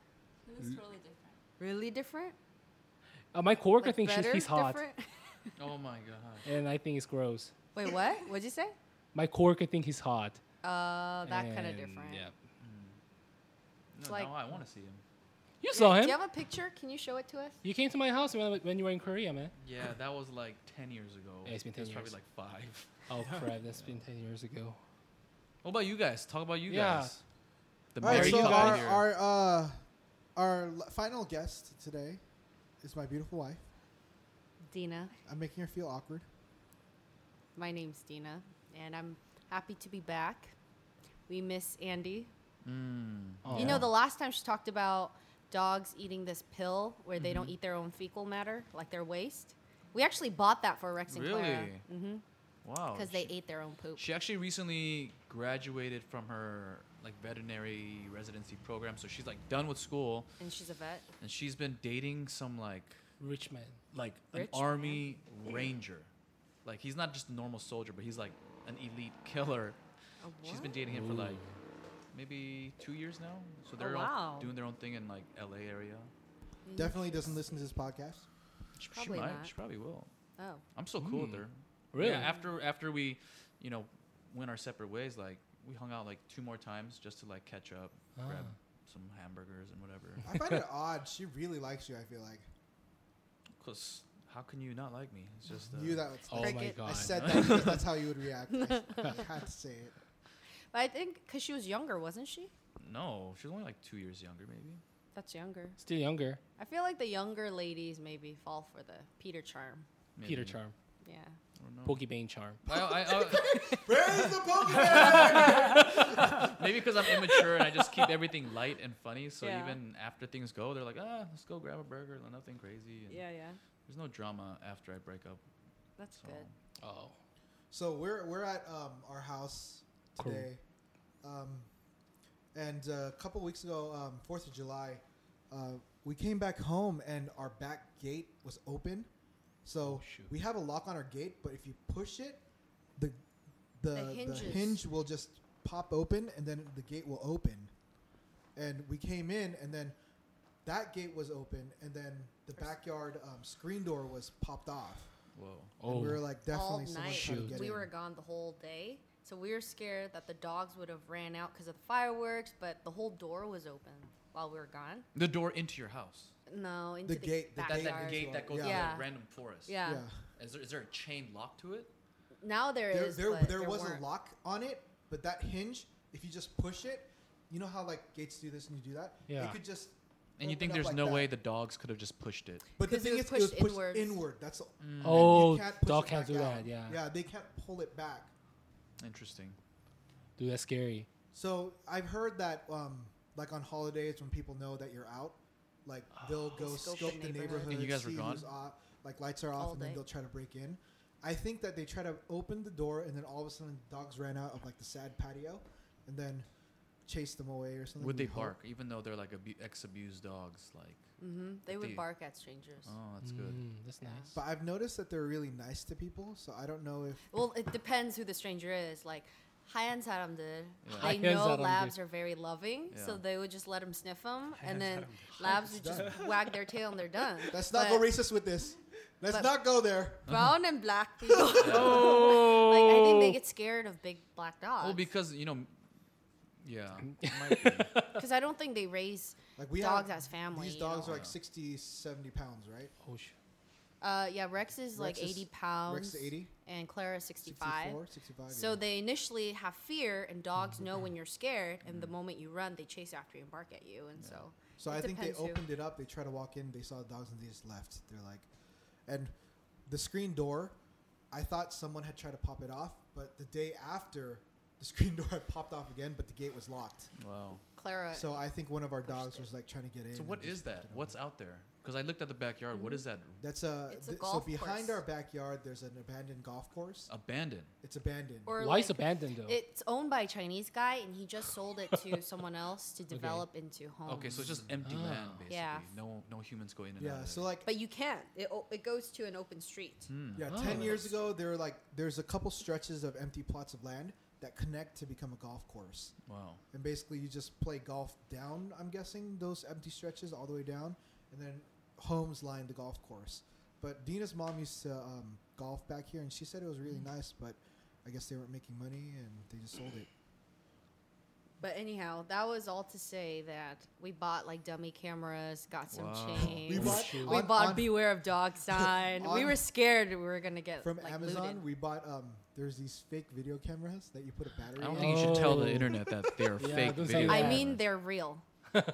Speaker 8: It looks totally different.
Speaker 5: Really different?
Speaker 1: Uh, my coworker
Speaker 5: Like
Speaker 1: thinks she's,
Speaker 5: better?
Speaker 1: he's hot,
Speaker 5: Different?
Speaker 2: Oh my god.
Speaker 1: and I think it's gross.
Speaker 5: Wait, what? What'd you say?
Speaker 1: My coworker thinks he's hot.
Speaker 5: Uh, that kind of
Speaker 1: and
Speaker 5: different.
Speaker 1: Yeah.
Speaker 2: No,
Speaker 5: like-
Speaker 2: now I want to see him.
Speaker 1: You saw
Speaker 5: Do
Speaker 1: him.
Speaker 5: you have a picture? Can you show it to us?
Speaker 1: You came to my house when, I w- when you were in Korea, man.
Speaker 2: Yeah, that was like ten years ago.
Speaker 1: Yeah, it's been
Speaker 2: It was
Speaker 1: 10
Speaker 2: Probably
Speaker 1: years.
Speaker 2: like five.
Speaker 1: Oh crap, that's been ten years ago.
Speaker 2: What about you guys? Talk about you
Speaker 1: Yeah.
Speaker 2: guys. The
Speaker 4: All right,
Speaker 2: married
Speaker 4: so
Speaker 2: couple
Speaker 4: our
Speaker 2: here.
Speaker 4: our, uh, our l- final guest today is my beautiful wife.
Speaker 5: Dina.
Speaker 4: I'm making her feel awkward.
Speaker 5: My name's Dina, and I'm happy to be back. We miss Andy.
Speaker 2: Mm.
Speaker 1: Oh.
Speaker 5: You know, the last time she talked about dogs eating this pill where they
Speaker 2: Mm-hmm.
Speaker 5: don't eat their own fecal matter, like their waste. We actually bought that for Rex and Clara
Speaker 2: Really?
Speaker 5: because
Speaker 2: Wow.
Speaker 5: Mm-hmm. they
Speaker 2: she,
Speaker 5: ate their own poop.
Speaker 2: she actually recently graduated from her like veterinary residency program, so she's like done with school,
Speaker 5: and she's a vet.
Speaker 2: and she's been dating some like
Speaker 1: Rich man.
Speaker 2: like
Speaker 5: Rich
Speaker 2: an army ranger. Like he's not just a normal soldier, but he's like an elite killer.
Speaker 5: A
Speaker 2: She's
Speaker 5: what?
Speaker 2: been dating him for like maybe two years now. So they're
Speaker 5: Oh, wow.
Speaker 2: all doing their own thing in like LA area.
Speaker 4: Definitely doesn't listen to this podcast.
Speaker 2: She, she
Speaker 5: Probably
Speaker 2: might.
Speaker 5: not.
Speaker 2: She probably will.
Speaker 5: Oh,
Speaker 2: I'm so cool with her.
Speaker 1: Hmm. Really?
Speaker 2: Yeah, after after we, you know, went our separate ways, like we hung out like two more times just to like catch up,
Speaker 1: Ah.
Speaker 2: grab some hamburgers and whatever.
Speaker 4: I find it odd. She really likes you. I feel like
Speaker 2: Cause how can you not like me? It's just uh,
Speaker 4: knew that. Was
Speaker 1: oh my
Speaker 5: Cricket.
Speaker 1: god.
Speaker 4: I said that because that's how you would react. I, s- I had to say it.
Speaker 5: but I think because she was younger, wasn't she?
Speaker 2: No, she's only like two years younger, maybe.
Speaker 5: That's younger.
Speaker 1: Still younger.
Speaker 5: I feel like the younger ladies maybe fall for the Peter charm.
Speaker 2: maybe.
Speaker 1: Peter charm.
Speaker 5: Yeah.
Speaker 2: I don't know.
Speaker 1: Pokey Bane charm.
Speaker 2: I, I, uh, I,
Speaker 4: Where's the Pokemon?
Speaker 2: maybe because I'm immature and I just keep everything light and funny. So
Speaker 5: Yeah.
Speaker 2: even after things go, they're like, ah, let's go grab a burger, nothing crazy. And
Speaker 5: Yeah, yeah.
Speaker 2: There's no drama after I break up.
Speaker 5: That's
Speaker 2: So
Speaker 5: good.
Speaker 1: Oh.
Speaker 4: So we're we're at um, our house
Speaker 1: Cool.
Speaker 4: today, um, and uh, a couple weeks ago, um, Fourth of July, uh, we came back home and our back gate was open. So
Speaker 1: Oh, shoot.
Speaker 4: we have a lock on our gate, but if you push it, the the, the
Speaker 5: hinges.
Speaker 4: hinge will just pop open, and then the gate will open. And we came in, and then that gate was open, and then the backyard um, screen door was popped off.
Speaker 2: Whoa.
Speaker 1: Oh.
Speaker 4: And we were like,
Speaker 5: All
Speaker 4: definitely
Speaker 5: night.
Speaker 4: someone's trying to
Speaker 1: Shoot.
Speaker 4: get
Speaker 5: we
Speaker 4: in.
Speaker 5: were gone the whole day, so we were scared that the dogs would have ran out because of the fireworks. But the whole door was open while we were gone.
Speaker 2: The door into your house.
Speaker 5: No, into the,
Speaker 4: gate- the
Speaker 2: That,
Speaker 5: backyard.
Speaker 2: that gate that goes
Speaker 5: Yeah.
Speaker 2: to a random forest.
Speaker 5: Yeah.
Speaker 4: yeah.
Speaker 2: Is there, is there a chain lock to it?
Speaker 5: Now there
Speaker 4: there,
Speaker 5: is.
Speaker 4: there,
Speaker 5: but
Speaker 4: there was
Speaker 5: weren't.
Speaker 4: a lock on it, but that hinge, if you just push it, you know how like gates do this and you do that.
Speaker 1: Yeah.
Speaker 4: It could just.
Speaker 2: And you
Speaker 4: open
Speaker 2: think
Speaker 4: up
Speaker 2: there's
Speaker 4: like
Speaker 2: no
Speaker 4: that.
Speaker 2: way the dogs could have just pushed it.
Speaker 4: But the
Speaker 5: 'Cause it
Speaker 4: thing
Speaker 5: was
Speaker 4: is, it was
Speaker 5: pushed
Speaker 4: pushed
Speaker 5: inwards.
Speaker 4: inward. That's all. And you
Speaker 1: Oh,
Speaker 4: can't push
Speaker 1: dog
Speaker 4: it
Speaker 1: can't
Speaker 4: back
Speaker 1: do
Speaker 4: out.
Speaker 1: that. Yeah.
Speaker 4: Yeah, they can't pull it back.
Speaker 2: Interesting.
Speaker 1: Dude, that's scary.
Speaker 4: So I've heard that, um, like on holidays when people know that you're out, like
Speaker 5: Oh,
Speaker 4: they'll go
Speaker 5: Scope the
Speaker 4: scope, the
Speaker 5: neighborhood.
Speaker 4: neighborhood,
Speaker 2: And you guys were
Speaker 4: see who's
Speaker 2: gone?
Speaker 4: off, like lights are off,
Speaker 5: All
Speaker 4: and
Speaker 5: day.
Speaker 4: then they'll try to break in. I think that they try to open the door, and then all of a sudden, dogs ran out of like the sad patio, and then chased them away or something.
Speaker 2: Would they
Speaker 4: we hope.
Speaker 2: bark, even though they're like abu- ex-abused dogs? Like,
Speaker 5: hmm They
Speaker 2: Did
Speaker 5: would
Speaker 2: you-
Speaker 5: bark at strangers.
Speaker 2: oh, that's good.
Speaker 1: Mm, that's
Speaker 5: Yeah.
Speaker 1: nice.
Speaker 4: But I've noticed that they're really nice to people, so I don't know if
Speaker 5: Well, it depends who the stranger is. Like, Hayan Saramdir,
Speaker 2: Yeah.
Speaker 5: they
Speaker 1: Hayan
Speaker 5: know
Speaker 1: Saramdir.
Speaker 5: labs are very loving, so
Speaker 2: Yeah.
Speaker 5: they would just let them sniff them, and then labs would just wag their tail and they're done.
Speaker 4: let's not
Speaker 5: But
Speaker 4: go racist with this. Let's
Speaker 5: but-
Speaker 4: not go there.
Speaker 5: Brown and black people. like, I think they get scared of big black
Speaker 2: Well,
Speaker 5: dogs.
Speaker 2: because you know, m- yeah, it might be.
Speaker 5: Because I don't think they raise
Speaker 4: Like we
Speaker 5: dogs
Speaker 4: have
Speaker 5: as family.
Speaker 4: these
Speaker 5: you
Speaker 4: dogs
Speaker 5: know?
Speaker 4: are like 60, 70 pounds, right?
Speaker 1: Oh, shoot.
Speaker 5: Uh, yeah, Rex is like
Speaker 4: Rex is-
Speaker 5: 80 pounds.
Speaker 4: Rex is 80.
Speaker 5: And Clara is 65.
Speaker 4: 64, 65.
Speaker 5: So
Speaker 4: yeah.
Speaker 5: they initially have fear, and
Speaker 4: Mm-hmm.
Speaker 5: dogs know when you're scared, and the moment you run, they chase after you and bark at you. And so,
Speaker 4: so
Speaker 5: it
Speaker 4: I think they
Speaker 5: depends who.
Speaker 4: opened it up. They tried to walk in. They saw the dogs and they just left. They're like, and the screen door. I thought someone had tried to pop it off, but the day after, the screen door had popped off again, but the gate was locked.
Speaker 2: Wow.
Speaker 5: Clara.
Speaker 4: So I think one of our dogs
Speaker 5: Pushed it.
Speaker 4: was like trying to get in.
Speaker 2: So
Speaker 4: and
Speaker 2: what
Speaker 4: just
Speaker 2: is that?
Speaker 4: knocked it over.
Speaker 2: What's out there? Because I looked at the backyard. What is that?
Speaker 4: That's a,
Speaker 5: It's a
Speaker 4: th- so
Speaker 5: golf
Speaker 4: behind
Speaker 5: course.
Speaker 4: our backyard. There's an abandoned golf
Speaker 2: Oh.
Speaker 4: course.
Speaker 2: Abandoned.
Speaker 4: It's abandoned.
Speaker 5: Or
Speaker 1: Why is
Speaker 5: like,
Speaker 1: abandoned though?
Speaker 5: It's owned by a Chinese guy, and he just sold it to someone else to develop into homes.
Speaker 2: Okay, so it's just empty
Speaker 1: Ah.
Speaker 2: land, basically.
Speaker 5: Oh. Yeah.
Speaker 2: No, no humans go in and out.
Speaker 4: yeah.
Speaker 2: of
Speaker 4: So
Speaker 2: it.
Speaker 4: like
Speaker 5: but you can't. It o- it goes to an open street.
Speaker 4: yeah,
Speaker 1: Oh.
Speaker 4: ten years ago, there were like there's a couple stretches of empty plots of land that connect to become a golf course.
Speaker 2: wow.
Speaker 4: and basically you just play golf down. I'm guessing those empty stretches all the way down, and then homes line the golf course. But Dina's mom used to um, golf back here, and she said it was really
Speaker 5: Mm-hmm.
Speaker 4: nice. But I guess they weren't making money, and they just sold it.
Speaker 5: But anyhow, that was all to say that we bought like dummy cameras, got some
Speaker 2: Wow.
Speaker 5: change.
Speaker 4: We bought,
Speaker 5: We
Speaker 4: on-
Speaker 5: bought
Speaker 4: on-
Speaker 5: Beware of Dog sign. we
Speaker 4: On-
Speaker 5: were scared we were gonna get
Speaker 4: from
Speaker 5: like,
Speaker 4: Amazon.
Speaker 5: looted.
Speaker 4: We bought um, there's these fake video cameras that you put a
Speaker 2: I
Speaker 4: battery.
Speaker 2: don't
Speaker 4: in.
Speaker 2: think you should tell the
Speaker 1: Oh.
Speaker 2: internet that they are
Speaker 1: Yeah,
Speaker 2: fake
Speaker 1: don't say
Speaker 2: video.
Speaker 1: that.
Speaker 5: I
Speaker 1: Yeah.
Speaker 5: mean, they're real.
Speaker 2: and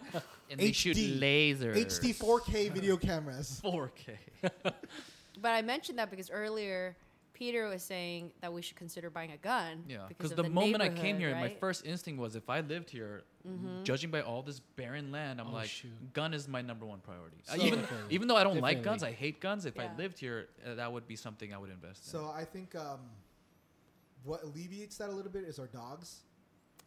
Speaker 2: they shoot
Speaker 4: HD.
Speaker 2: lasers.
Speaker 4: HD 4K video cameras.
Speaker 2: 4K.
Speaker 5: But I mentioned that because earlier Peter was saying that we should consider buying a gun.
Speaker 2: Yeah,
Speaker 5: because
Speaker 2: because
Speaker 5: of
Speaker 2: the, moment I came
Speaker 5: neighborhood,
Speaker 2: here, my
Speaker 5: right? Mm-hmm.
Speaker 2: first instinct was if I lived here, judging by all this barren land, I'm
Speaker 1: Oh,
Speaker 2: like,
Speaker 1: shoot.
Speaker 2: gun is my number one priority. I-
Speaker 1: So
Speaker 2: Uh, even
Speaker 1: definitely.
Speaker 2: even though I don't like guns, I hate guns. If
Speaker 5: Yeah.
Speaker 2: I lived here, uh, that would be something I would invest
Speaker 4: So I think um, what alleviates that a little bit is our dogs.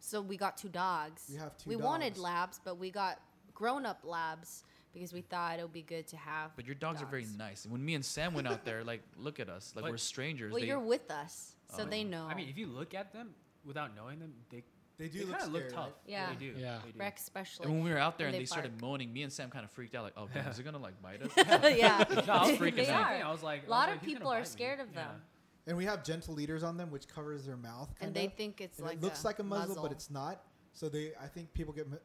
Speaker 5: So we got two dogs.
Speaker 4: We have two
Speaker 5: We wanted
Speaker 4: dogs.
Speaker 5: labs, but we got grown-up labs because we thought it would be good to have.
Speaker 2: in. But your dogs, are very nice. And when me and Sam went out there, like, look at us, like
Speaker 6: But-
Speaker 2: we're strangers.
Speaker 5: Well,
Speaker 2: They-
Speaker 5: you're with us, so
Speaker 2: Oh.
Speaker 5: they know.
Speaker 6: I mean, if you look at them without knowing them, they
Speaker 4: They do
Speaker 6: they
Speaker 4: look
Speaker 6: kinda
Speaker 4: scary,
Speaker 6: look tough.
Speaker 4: right?
Speaker 5: Yeah.
Speaker 6: they do.
Speaker 1: Yeah.
Speaker 6: They do.
Speaker 5: Rex especially.
Speaker 2: and when we were out there
Speaker 5: when
Speaker 2: and
Speaker 5: they
Speaker 2: they started
Speaker 5: bark.
Speaker 2: moaning, me and Sam kind of freaked out, like, oh, damn, is it gonna like bite us?
Speaker 5: yeah,
Speaker 6: No, I was
Speaker 5: They-
Speaker 2: freaking
Speaker 5: they
Speaker 2: out.
Speaker 5: are.
Speaker 6: I was like, I
Speaker 5: a
Speaker 6: was
Speaker 5: lot
Speaker 6: like,
Speaker 5: of
Speaker 6: "He's gonna
Speaker 5: people are
Speaker 6: bite me."
Speaker 5: scared of
Speaker 6: Yeah.
Speaker 5: them,
Speaker 4: And we have gentle leaders on them, which covers their mouth.
Speaker 5: and
Speaker 4: kinda.
Speaker 5: they think it's
Speaker 4: And
Speaker 5: like
Speaker 4: it looks
Speaker 5: a
Speaker 4: like a muzzle, but it's not. So they, I think people get mi-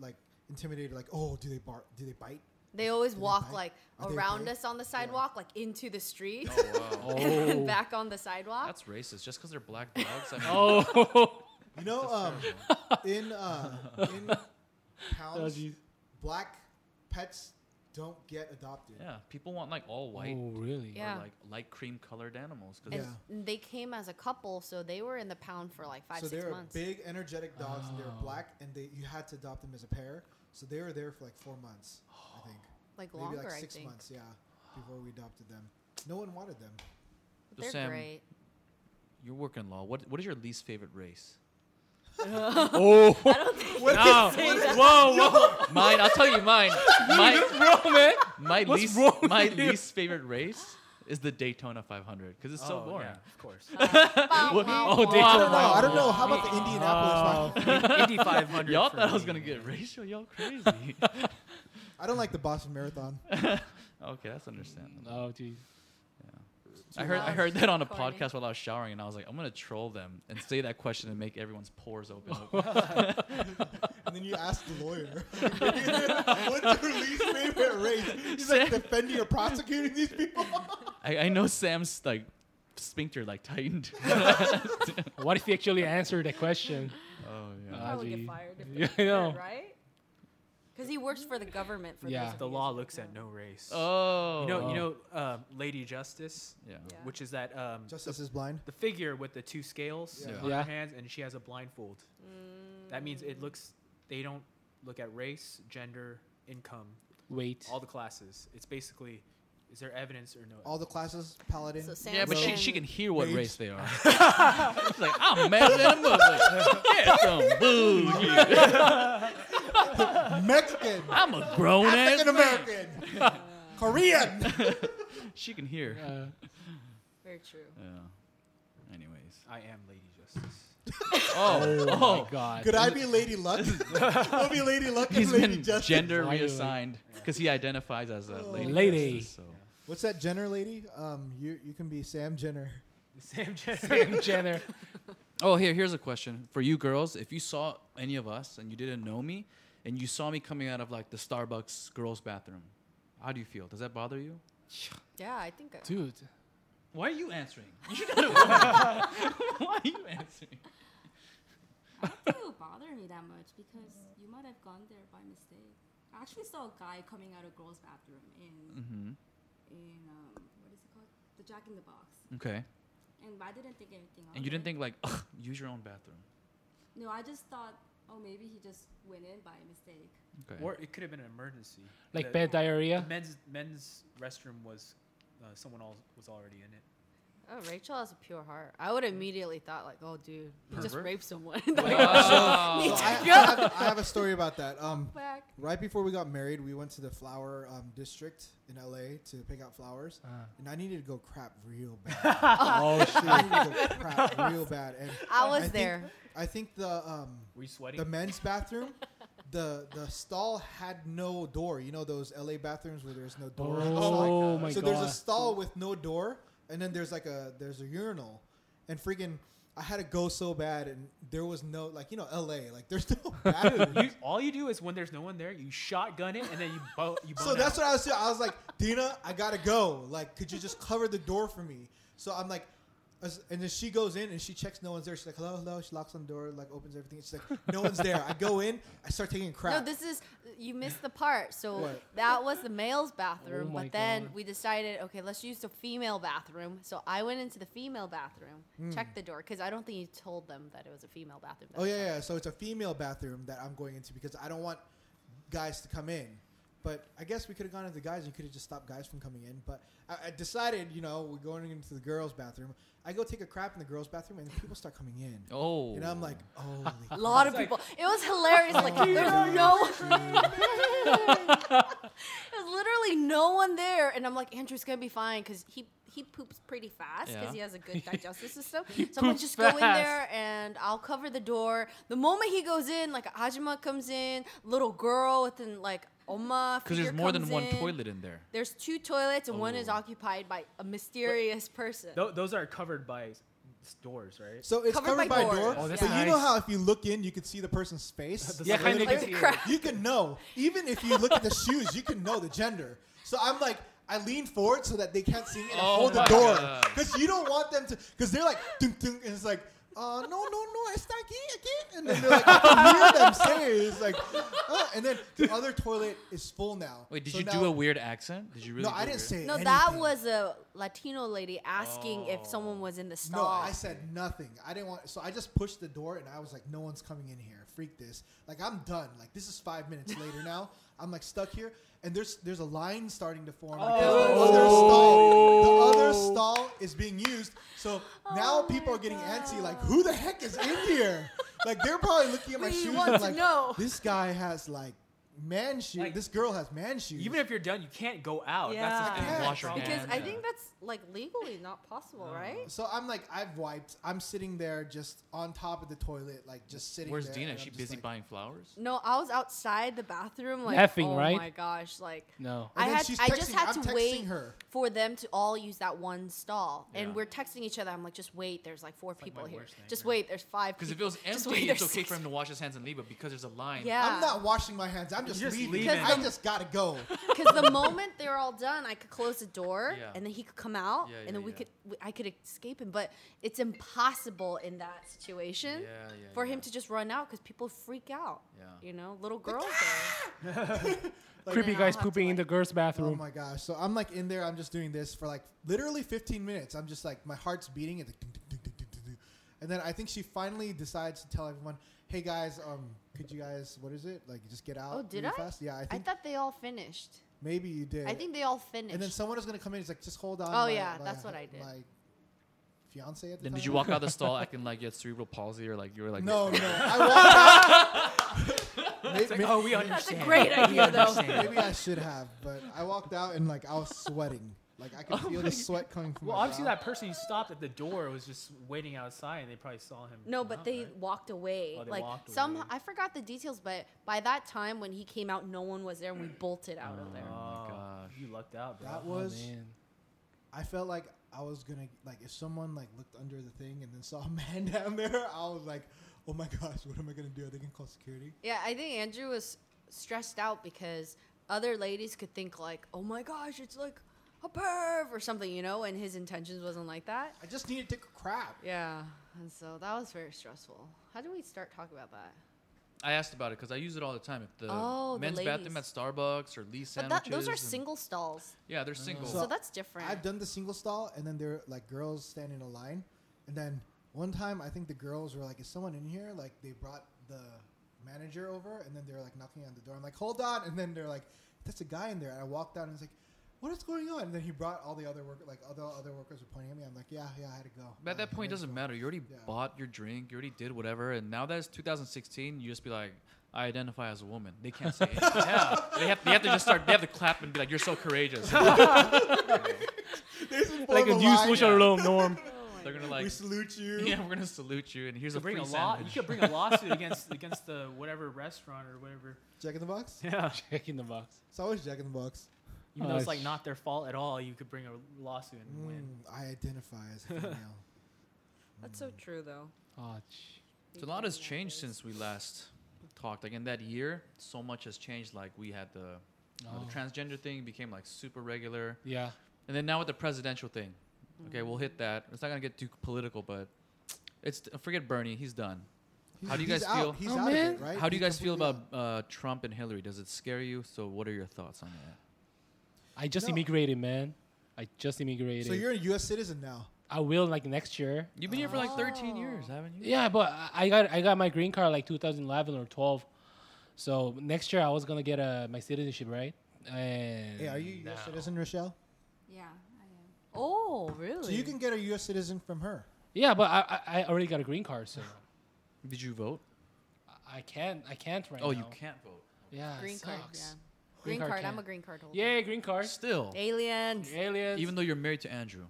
Speaker 4: like intimidated, like, oh, do they bark? Do they bite?
Speaker 5: They always
Speaker 4: Do they
Speaker 5: walk
Speaker 4: bite?
Speaker 5: like
Speaker 4: Are they
Speaker 5: around
Speaker 4: okay?
Speaker 5: us on the sidewalk, like into the street,
Speaker 2: oh, wow.
Speaker 5: and then back on the sidewalk.
Speaker 2: That's racist. Just because they're black dogs. I mean,
Speaker 1: oh,
Speaker 4: You know, um, in uh, in pounds,
Speaker 1: geez.
Speaker 4: black pets don't get adopted.
Speaker 2: yeah, people want like all white.
Speaker 1: oh, really?
Speaker 5: Yeah.
Speaker 2: Or like light cream colored animals. 'cause
Speaker 5: and
Speaker 4: Yeah.
Speaker 5: they came as a couple, so they were in the pound for like five,
Speaker 4: so
Speaker 5: six
Speaker 4: they're
Speaker 5: months.
Speaker 4: big, energetic dogs. and They're
Speaker 1: Oh.
Speaker 4: black, and they you had to adopt them as a pair. So they were there for like four months, I think,
Speaker 5: like
Speaker 4: maybe
Speaker 5: longer,
Speaker 4: like
Speaker 5: I
Speaker 4: six
Speaker 5: think.
Speaker 4: months. Yeah, before we adopted them, no one wanted them.
Speaker 5: But
Speaker 2: So
Speaker 5: They're
Speaker 2: Sam-
Speaker 5: great.
Speaker 2: You're working law. What what is your least favorite race?
Speaker 1: Oh,
Speaker 2: No.
Speaker 1: whoa, whoa.
Speaker 2: mine. I'll tell you mine. My
Speaker 1: Bro, man.
Speaker 2: my
Speaker 1: What's
Speaker 2: least
Speaker 1: wrong with
Speaker 2: my
Speaker 1: you?
Speaker 2: least favorite race is the Daytona 500 because it's so
Speaker 6: Oh,
Speaker 2: boring.
Speaker 6: yeah, of course.
Speaker 2: What-
Speaker 1: Oh, Daytona.
Speaker 4: No, I don't know. How about
Speaker 2: Oh.
Speaker 4: the Indianapolis? one?
Speaker 6: Indy 500.
Speaker 2: Y'all
Speaker 6: for
Speaker 2: thought I was
Speaker 6: me.
Speaker 2: gonna get racial. Y'all crazy.
Speaker 4: I don't like the Boston Marathon.
Speaker 2: okay, that's understandable.
Speaker 1: Oh, geez.
Speaker 2: I heard I
Speaker 5: loud.
Speaker 2: heard that on a
Speaker 5: Corny.
Speaker 2: podcast while I was showering, and I was like, I'm gonna troll them and say that question and make everyone's pores open.
Speaker 4: And then you ask the lawyer, what's your least favorite race? He's like
Speaker 2: Sam-
Speaker 4: defending or prosecuting these people.
Speaker 2: I, I know Sam's like sphincter like tightened. oh
Speaker 1: What if you actually answered the question?
Speaker 2: yeah.
Speaker 1: Uh,
Speaker 8: probably
Speaker 1: Ozzy.
Speaker 8: get fired if
Speaker 1: Yeah,
Speaker 8: they
Speaker 1: I
Speaker 8: did that,
Speaker 1: know.
Speaker 8: right?
Speaker 5: Because he works for the government. For
Speaker 1: Yeah.
Speaker 5: those of
Speaker 6: The
Speaker 5: you
Speaker 6: law
Speaker 5: who
Speaker 6: looks
Speaker 5: don't
Speaker 6: at
Speaker 5: know.
Speaker 6: no race.
Speaker 2: oh.
Speaker 6: You know,
Speaker 1: Oh.
Speaker 6: you know, uh, Lady Justice,
Speaker 2: yeah.
Speaker 8: Yeah.
Speaker 6: which is that um,
Speaker 4: Justice is blind.
Speaker 6: the figure with the two scales
Speaker 4: Yeah.
Speaker 6: on
Speaker 1: Yeah.
Speaker 6: her hands, and she has a blindfold. That means it looks. They don't look at race, gender, income,
Speaker 1: Wait. Uh,
Speaker 6: all the classes. It's basically, is there evidence or no?
Speaker 4: All the classes, paladin.
Speaker 5: So Sam
Speaker 2: Yeah, but she,
Speaker 5: can-
Speaker 2: she can hear what
Speaker 4: Rage.
Speaker 2: race they are. She's like, I'm mad at him. Like, Get some booze. you.
Speaker 4: Mexican,
Speaker 2: I'm a grown ass.
Speaker 4: African
Speaker 2: man."
Speaker 4: American, Korean.
Speaker 2: She can hear.
Speaker 1: Uh,
Speaker 5: Very true.
Speaker 2: Yeah. Anyways.
Speaker 6: I am Lady Justice.
Speaker 2: Oh,
Speaker 1: oh, my God.
Speaker 4: Could I be Lady Luck? I'll be Lady Luck and
Speaker 2: he's
Speaker 4: Lady
Speaker 2: been
Speaker 4: Justice. Oh.
Speaker 2: gender
Speaker 1: Why do I-
Speaker 2: reassigned because he identifies as a lady.
Speaker 1: Lady.
Speaker 2: Justice, so.
Speaker 4: What's that Jenner lady? Um, you you can be Sam Jenner.
Speaker 6: Sam Jenner.
Speaker 1: Sam Jenner.
Speaker 2: Oh, here, here's a question for you girls. If you saw any of us and you didn't know me, and you saw me coming out of like the Starbucks girls' bathroom, how do you feel? Does that bother you?
Speaker 5: Yeah, I think. uh, I,
Speaker 1: Dude.
Speaker 2: Why are you answering? You're not a woman. Why are you answering?
Speaker 8: I don't think it would bother me that much because you might have gone there by mistake. I actually saw a guy coming out of girls' bathroom in
Speaker 2: Mm-hmm.
Speaker 8: in um, what is it called? The Jack in the Box.
Speaker 2: Okay.
Speaker 8: And I didn't think anything. of
Speaker 2: And you didn't
Speaker 8: it.
Speaker 2: think like, Ugh, use your own bathroom.
Speaker 8: No, I just thought. oh, maybe he just went in by mistake.
Speaker 2: Okay.
Speaker 6: Or it could have been an emergency.
Speaker 1: Like
Speaker 6: The-
Speaker 1: bad
Speaker 6: The
Speaker 1: diarrhea.
Speaker 6: men's men's restroom was uh, someone else was already in it.
Speaker 5: Oh, Rachel has a pure heart. I would immediately thought like, oh, dude, you just
Speaker 2: Pervert?
Speaker 5: raped someone.
Speaker 2: Oh. Wow.
Speaker 4: So I, I, have, I have a story about that. Um,
Speaker 5: Back.
Speaker 4: right before we got married, we went to the flower um, district in LA to pick out flowers,
Speaker 1: Ah.
Speaker 4: and I needed to go crap real bad.
Speaker 2: oh shit.
Speaker 4: I needed to go crap real bad, and
Speaker 5: I was
Speaker 4: think-
Speaker 5: there.
Speaker 4: I think the um,
Speaker 6: Were you sweating?
Speaker 4: the men's bathroom. The, the stall had no door. You know those LA bathrooms where there's no door. on the side?
Speaker 1: Oh my
Speaker 4: so
Speaker 1: god.
Speaker 4: there's a stall with no door, and then there's like a there's a urinal, and freaking I had to go so bad, and there was no like you know L.A. like there's no bathroom.
Speaker 6: you, all you do is when there's no one there, you shotgun it and then you bo- you.
Speaker 4: so that's what I was doing. I was like, Dina, I gotta go. Like, could you just cover the door for me? So I'm like. as- And then she goes in and she checks no one's there. She's like, hello, hello. She locks on the door, like opens everything. She's like, no one's there. I go in, I start taking a crap.
Speaker 5: No, this is you missed the part. So
Speaker 4: What?
Speaker 5: that was the male's bathroom,
Speaker 1: Oh my
Speaker 5: but then
Speaker 1: God.
Speaker 5: we decided, okay, let's use the female bathroom. So I went into the female bathroom, checked the door because I don't think you told them that it was a female bathroom.
Speaker 4: Oh yeah, yeah. So it's a female bathroom that I'm going into because I don't want guys to come in. But I guess we could have gone into guys and you could have just stopped guys from coming in. But I, I decided, you know, we're going into the girls' bathroom. I go take a crap in the girls' bathroom and people start coming in.
Speaker 2: Oh.
Speaker 4: And I'm like, holy.
Speaker 5: A lot of people. it was hilarious. Like there's no. There's literally no one there, and I'm like, Andrew's gonna be fine because he he poops pretty fast because
Speaker 2: Yeah.
Speaker 5: he has a good digestive system. so I'm like, just go in there and I'll cover the door. The moment he goes in, like Ajima comes in, little girl with an like Oma.
Speaker 2: Because there's
Speaker 5: figure
Speaker 2: more than
Speaker 5: comes
Speaker 2: one
Speaker 5: in.
Speaker 2: toilet in there.
Speaker 5: There's two toilets, and one is
Speaker 2: Oh.
Speaker 5: occupied by a mysterious person.
Speaker 6: Tho- those are covered by s- doors, right?
Speaker 4: So it's covered,
Speaker 5: Covered
Speaker 4: by,
Speaker 5: by
Speaker 4: door.
Speaker 5: doors.
Speaker 1: Oh, that's
Speaker 4: but you know
Speaker 1: nice.
Speaker 4: how if you look in, you can see the person's face.
Speaker 1: yeah, kind of.
Speaker 5: Like the crap.
Speaker 4: you can know. Even if you look at the shoes, you can know the gender. So I'm like, I lean forward so that they can't see me and I
Speaker 2: Oh
Speaker 4: hold the
Speaker 2: my
Speaker 4: door
Speaker 2: God.
Speaker 4: because you don't want them to. Because they're like, dunk, dunk, and it's like, uh, no, no, no, it's not gay, again. And then they're like, I can hear them say it. It's like, uh, and then the other toilet is full now.
Speaker 2: Wait, did
Speaker 4: So
Speaker 2: you
Speaker 4: now-
Speaker 2: do a weird accent? Did you really?
Speaker 4: No,
Speaker 2: do
Speaker 4: I
Speaker 2: a
Speaker 4: didn't
Speaker 2: weird-
Speaker 4: say
Speaker 5: No,
Speaker 4: anything.
Speaker 5: that was a Latino lady asking if
Speaker 2: Oh.
Speaker 5: someone was in the stall.
Speaker 4: No, I said nothing. I didn't want. So I just pushed the door and I was like, no one's coming in here. Freak this. Like I'm done. Like this is five minutes later now. I'm like stuck here, and there's there's a line starting to form. because
Speaker 5: Oh.
Speaker 4: The other
Speaker 2: Oh.
Speaker 4: stall, the other stall is being used. So
Speaker 5: Oh
Speaker 4: now people are getting antsy. Like who the heck is in here? like they're probably looking at my
Speaker 5: We
Speaker 4: shoes
Speaker 5: want
Speaker 4: and
Speaker 5: to
Speaker 4: like
Speaker 5: know.
Speaker 4: this guy has like man shoes.
Speaker 6: Like-
Speaker 4: this girl has man shoes.
Speaker 6: Even if you're done, you can't go out.
Speaker 5: Yeah.
Speaker 6: That's the thing.
Speaker 4: Yeah.
Speaker 2: Wash your
Speaker 6: Because
Speaker 5: Because
Speaker 2: hands.
Speaker 5: I
Speaker 2: Yeah.
Speaker 5: think that's like legally not possible, right?
Speaker 4: so I'm like I've wiped. I'm sitting there just on top of the toilet, like just sitting.
Speaker 2: Where's
Speaker 4: there,
Speaker 2: Dina?
Speaker 4: and
Speaker 2: Is she
Speaker 4: I'm just
Speaker 2: busy
Speaker 4: like-
Speaker 2: buying flowers?
Speaker 5: No, I was outside the bathroom, like
Speaker 1: Effing,
Speaker 5: oh
Speaker 1: right?
Speaker 5: my gosh, like
Speaker 1: No.
Speaker 5: I
Speaker 4: And then
Speaker 5: had
Speaker 4: she's
Speaker 5: I just
Speaker 4: texting-
Speaker 5: had
Speaker 4: I'm
Speaker 5: to
Speaker 4: texting
Speaker 5: wait
Speaker 4: her.
Speaker 5: for them to all use that one stall, and
Speaker 2: Yeah.
Speaker 5: we're texting each other. I'm like, just wait, there's like four people
Speaker 6: my
Speaker 5: here.
Speaker 6: worst
Speaker 5: Just
Speaker 6: nightmare.
Speaker 5: wait, there's five.
Speaker 2: Because if it
Speaker 5: people.
Speaker 2: was
Speaker 5: Just
Speaker 2: empty,
Speaker 5: wait,
Speaker 2: it's
Speaker 5: there's
Speaker 2: okay
Speaker 5: six."
Speaker 2: for him to wash his hands and leave, but because there's a line.
Speaker 5: Yeah.
Speaker 4: I'm not washing my hands. I'm just,
Speaker 6: You're just
Speaker 4: leaving.
Speaker 6: leaving.
Speaker 4: I just gotta go.
Speaker 5: Because the moment they're all done, I could close the door,
Speaker 2: Yeah.
Speaker 5: and then he could come out,
Speaker 2: Yeah, yeah,
Speaker 5: and then we
Speaker 2: yeah.
Speaker 5: could we, I could escape him. But it's impossible in that situation
Speaker 2: Yeah, yeah,
Speaker 5: for
Speaker 2: yeah.
Speaker 5: him to just run out because people freak out.
Speaker 2: Yeah.
Speaker 5: you know, little girls. there.
Speaker 1: Creepy
Speaker 5: I'll
Speaker 1: guys
Speaker 5: have to,
Speaker 1: pooping in
Speaker 5: like-
Speaker 1: the girls'
Speaker 4: oh
Speaker 1: bathroom.
Speaker 4: my gosh! So I'm like in there. I'm just doing this for like literally 15 minutes. I'm just like my heart's beating and like, ding, ding, ding, ding, ding, ding, ding. and then I think she finally decides to tell everyone, "Hey guys, um, could you guys what is it like just get out?"
Speaker 5: Oh, did
Speaker 4: really
Speaker 5: I?
Speaker 4: Fast? Yeah, I
Speaker 5: I
Speaker 4: think
Speaker 5: thought they all finished.
Speaker 4: maybe you did.
Speaker 5: I think they all finished.
Speaker 4: And then someone was gonna come in. He's like, "Just hold on."
Speaker 5: Oh,
Speaker 4: my-
Speaker 5: yeah,
Speaker 4: my-
Speaker 5: that's what I did.
Speaker 4: My fiance at the
Speaker 2: Then
Speaker 4: time.
Speaker 2: did you walk out the stall acting like you had cerebral palsy or like you were like
Speaker 4: No, no. I walked out. May- may-
Speaker 6: Oh, we understand.
Speaker 5: That's a great idea, though.
Speaker 4: Maybe I should have, but I walked out and like I was sweating. Like I could feel the sweat coming from.
Speaker 6: Oh Well,
Speaker 4: Oh my
Speaker 6: obviously
Speaker 4: brow.
Speaker 6: that person who stopped at the door was just waiting outside, and they probably saw him.
Speaker 5: No,
Speaker 6: come
Speaker 5: but
Speaker 6: out,
Speaker 5: they
Speaker 6: right?
Speaker 5: walked away.
Speaker 6: Oh, they
Speaker 5: like
Speaker 6: walked
Speaker 5: some,
Speaker 6: away.
Speaker 5: I forgot the details, but by that time when he came out, no one was there, and we bolted out of there.
Speaker 6: Oh,
Speaker 2: gosh.
Speaker 6: you lucked out, bro.
Speaker 4: That
Speaker 1: Oh,
Speaker 4: was.
Speaker 1: man.
Speaker 4: I felt like I was gonna like if someone like looked under the thing and then saw a man down there, I was like, oh my gosh, what am I gonna do? Are they gonna call security?
Speaker 5: Yeah, I think Andrew was stressed out because other ladies could think like, "Oh my gosh, it's like a perv" or something, you know, and his intentions wasn't like that.
Speaker 4: I just needed to take a crap.
Speaker 5: Yeah, and so that was very stressful. How do we start talking about that?
Speaker 2: I asked about it because I use it all the time. If the
Speaker 5: Oh, the
Speaker 2: men's bathroom at
Speaker 5: ladies.
Speaker 2: Starbucks or Lee's
Speaker 5: But
Speaker 2: sandwiches.
Speaker 5: that, those are
Speaker 2: and-
Speaker 5: single stalls,
Speaker 2: Yeah, they're single.
Speaker 5: so,
Speaker 4: So
Speaker 5: that's different.
Speaker 4: I've done the single stall, and then they're like girls stand in a line, and then one time I think the girls were like, "Is someone in here?" Like they brought the manager over, and then they're like knocking on the door. I'm like, hold on, and then they're like, that's a guy in there. And I walked down and was like, what is going on? And then he brought all the other work, like other other workers were pointing at me. I'm like, yeah, yeah, I had to go.
Speaker 2: But at that
Speaker 4: Like,
Speaker 2: point, it
Speaker 4: I
Speaker 2: doesn't
Speaker 4: just-
Speaker 2: matter. You already
Speaker 4: Yeah.
Speaker 2: bought your drink. You already did whatever. And now that it's 2016, you just be like, I identify as a woman. They can't say it. yeah. They have, they have to just start, they have to clap and be like, you're so courageous.
Speaker 1: like a
Speaker 4: Form
Speaker 1: new
Speaker 4: line.
Speaker 1: social
Speaker 2: Oh,
Speaker 1: norm, norm.
Speaker 2: They're going to
Speaker 4: we
Speaker 2: like,
Speaker 4: salute you.
Speaker 2: yeah, we're going to salute you. And here's a
Speaker 6: could bring
Speaker 2: free
Speaker 6: a law. You
Speaker 2: sandwich.
Speaker 6: could bring a lawsuit against against the whatever restaurant or whatever.
Speaker 4: Jack in the Box.
Speaker 6: Yeah,
Speaker 1: Check in the box.
Speaker 4: It's always Jack in the Box.
Speaker 6: even though
Speaker 1: Oh,
Speaker 6: it's like
Speaker 1: sh-
Speaker 6: not their fault at all, you could bring a lawsuit and win.
Speaker 4: Mm, I identify as a female.
Speaker 5: That's so true, though.
Speaker 1: Oh, sh-
Speaker 2: So a lot has changed since we last talked. Like in that year, so much has changed. Like we had the, uh,
Speaker 1: Oh.
Speaker 2: the transgender thing became like super regular.
Speaker 1: yeah.
Speaker 2: And then now with the presidential thing, okay, we'll hit that. It's not gonna get too political, but it's uh, forget Bernie, he's done. How do you
Speaker 4: He's
Speaker 2: guys
Speaker 4: out.
Speaker 2: feel-
Speaker 4: He's
Speaker 1: Oh,
Speaker 4: out of
Speaker 1: man.
Speaker 4: it, right?
Speaker 2: How do you
Speaker 4: He's
Speaker 2: guys feel
Speaker 4: completely
Speaker 2: about
Speaker 4: out.
Speaker 2: uh, Trump and Hillary? Does it scare you? So what are your thoughts on that?
Speaker 1: I just
Speaker 4: No.
Speaker 1: immigrated, man. I just immigrated.
Speaker 4: So you're a U.S. citizen now.
Speaker 1: I will like next year.
Speaker 2: You've been here for like 13 years, haven't you?
Speaker 1: Yeah, but I- I got I got my green card like 2011 or 12. So next year I was gonna get uh, my citizenship, right? And
Speaker 4: Hey, are you a U.S.
Speaker 1: now-
Speaker 4: citizen, Rochelle?
Speaker 8: Yeah, I am.
Speaker 5: Oh, really?
Speaker 4: So you can get a U.S. citizen from her.
Speaker 1: Yeah, but I, I I already got a green card, so
Speaker 2: Did you vote?
Speaker 1: I- I can't I can't right
Speaker 2: oh,
Speaker 1: now.
Speaker 2: you can't vote.
Speaker 1: Yeah, it
Speaker 5: green card. Yeah.
Speaker 1: sucks.
Speaker 5: Green,
Speaker 1: card
Speaker 5: card. I'm
Speaker 1: can.
Speaker 5: a green card holder.
Speaker 1: Yay, green card.
Speaker 2: Still,
Speaker 5: Aliens.
Speaker 1: Aliens.
Speaker 2: even though you're married to Andrew.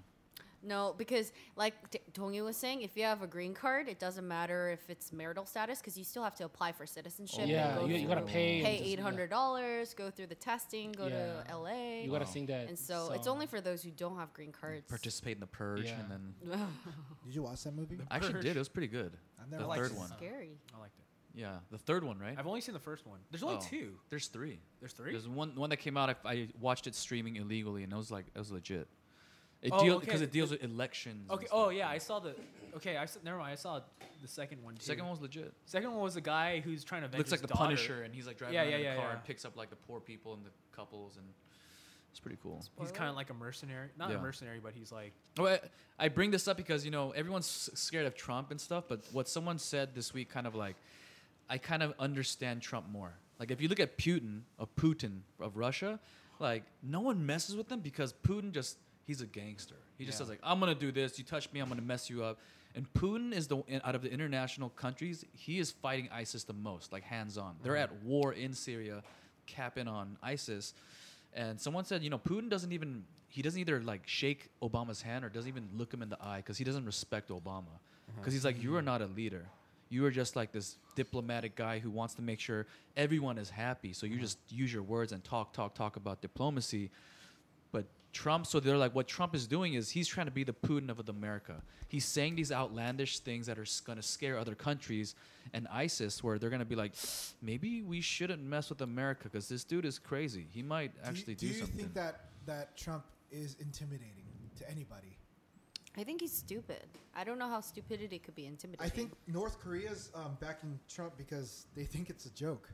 Speaker 5: No, because like T- Tongi was saying, if you have a green card, it doesn't matter if it's marital status because you still have to apply for citizenship. and
Speaker 1: Oh, yeah,
Speaker 5: go
Speaker 1: you, you gotta
Speaker 5: through-
Speaker 1: pay.
Speaker 5: Pay
Speaker 1: and just-
Speaker 5: eight hundred dollars, go through the testing, go to
Speaker 1: Yeah.
Speaker 5: LA,
Speaker 1: Yeah. You gotta
Speaker 2: Wow.
Speaker 1: sing that.
Speaker 5: and so it's
Speaker 1: song.
Speaker 5: only for those who don't have green cards.
Speaker 2: Participate in the purge,
Speaker 1: Yeah.
Speaker 2: and then
Speaker 4: Did you watch that movie?
Speaker 2: I actually
Speaker 6: Purge.
Speaker 2: did. It was pretty good.
Speaker 4: I've
Speaker 2: the
Speaker 4: watched
Speaker 2: third
Speaker 4: it.
Speaker 2: one.
Speaker 5: Scary.
Speaker 4: Mm.
Speaker 6: I liked it.
Speaker 2: Yeah, the third one, right?
Speaker 6: I've only seen the first one. There's only
Speaker 2: Oh.
Speaker 6: two.
Speaker 2: There's three.
Speaker 6: There's three.
Speaker 2: There's one one that came out. I, I watched it streaming illegally, and it was like it was legit. It
Speaker 6: Oh,
Speaker 2: deal
Speaker 6: okay,
Speaker 2: because it
Speaker 6: the-
Speaker 2: deals with elections. and
Speaker 6: okay.
Speaker 2: stuff.
Speaker 6: Oh yeah, I saw the. Okay, I s- never mind. I saw the second one. Too.
Speaker 2: The second one was legit.
Speaker 6: Second one was the guy who's trying to avenge
Speaker 2: Looks like
Speaker 6: his
Speaker 2: the
Speaker 6: daughter.
Speaker 2: Punisher, and he's like driving
Speaker 6: Yeah,
Speaker 2: around
Speaker 6: yeah,
Speaker 2: in the
Speaker 6: yeah,
Speaker 2: car
Speaker 6: yeah.
Speaker 2: and picks up like the poor people and the couples, and it's pretty cool.
Speaker 6: He's kind of like a mercenary. Not
Speaker 2: Yeah.
Speaker 6: a mercenary, but he's like.
Speaker 2: Oh, I, I bring this up because you know everyone's s- scared of Trump and stuff, but what someone said this week, kind of like, I kind of understand Trump more. Like if you look at Putin, of Putin of Russia, like no one messes with him because Putin just he's a gangster. He just
Speaker 6: Yeah.
Speaker 2: says like, I'm gonna do this. You touch me, I'm gonna mess you up. And Putin is the in- out of the international countries, he is fighting ISIS the most, like hands on. They're at war in Syria, capping on ISIS. And someone said, you know, Putin doesn't even he doesn't either like shake Obama's hand or doesn't even look him in the eye because he doesn't respect Obama because he's like you are not a leader. You are just like this diplomatic guy who wants to make sure everyone is happy. So you
Speaker 4: Mm-hmm.
Speaker 2: just use your words and talk, talk, talk about diplomacy. But Trump, so they're like, what Trump is doing is he's trying to be the Putin of America. He's saying these outlandish things that are going to scare other countries and ISIS, where they're going to be like, maybe we shouldn't mess with America because this dude is crazy. He might
Speaker 4: Do you-
Speaker 2: actually do,
Speaker 4: do, you
Speaker 2: something.
Speaker 4: think that that Trump is intimidating to anybody?
Speaker 5: I think he's stupid. I don't know how stupidity could be intimidating.
Speaker 4: I think North Korea's um, backing Trump because they think it's a joke.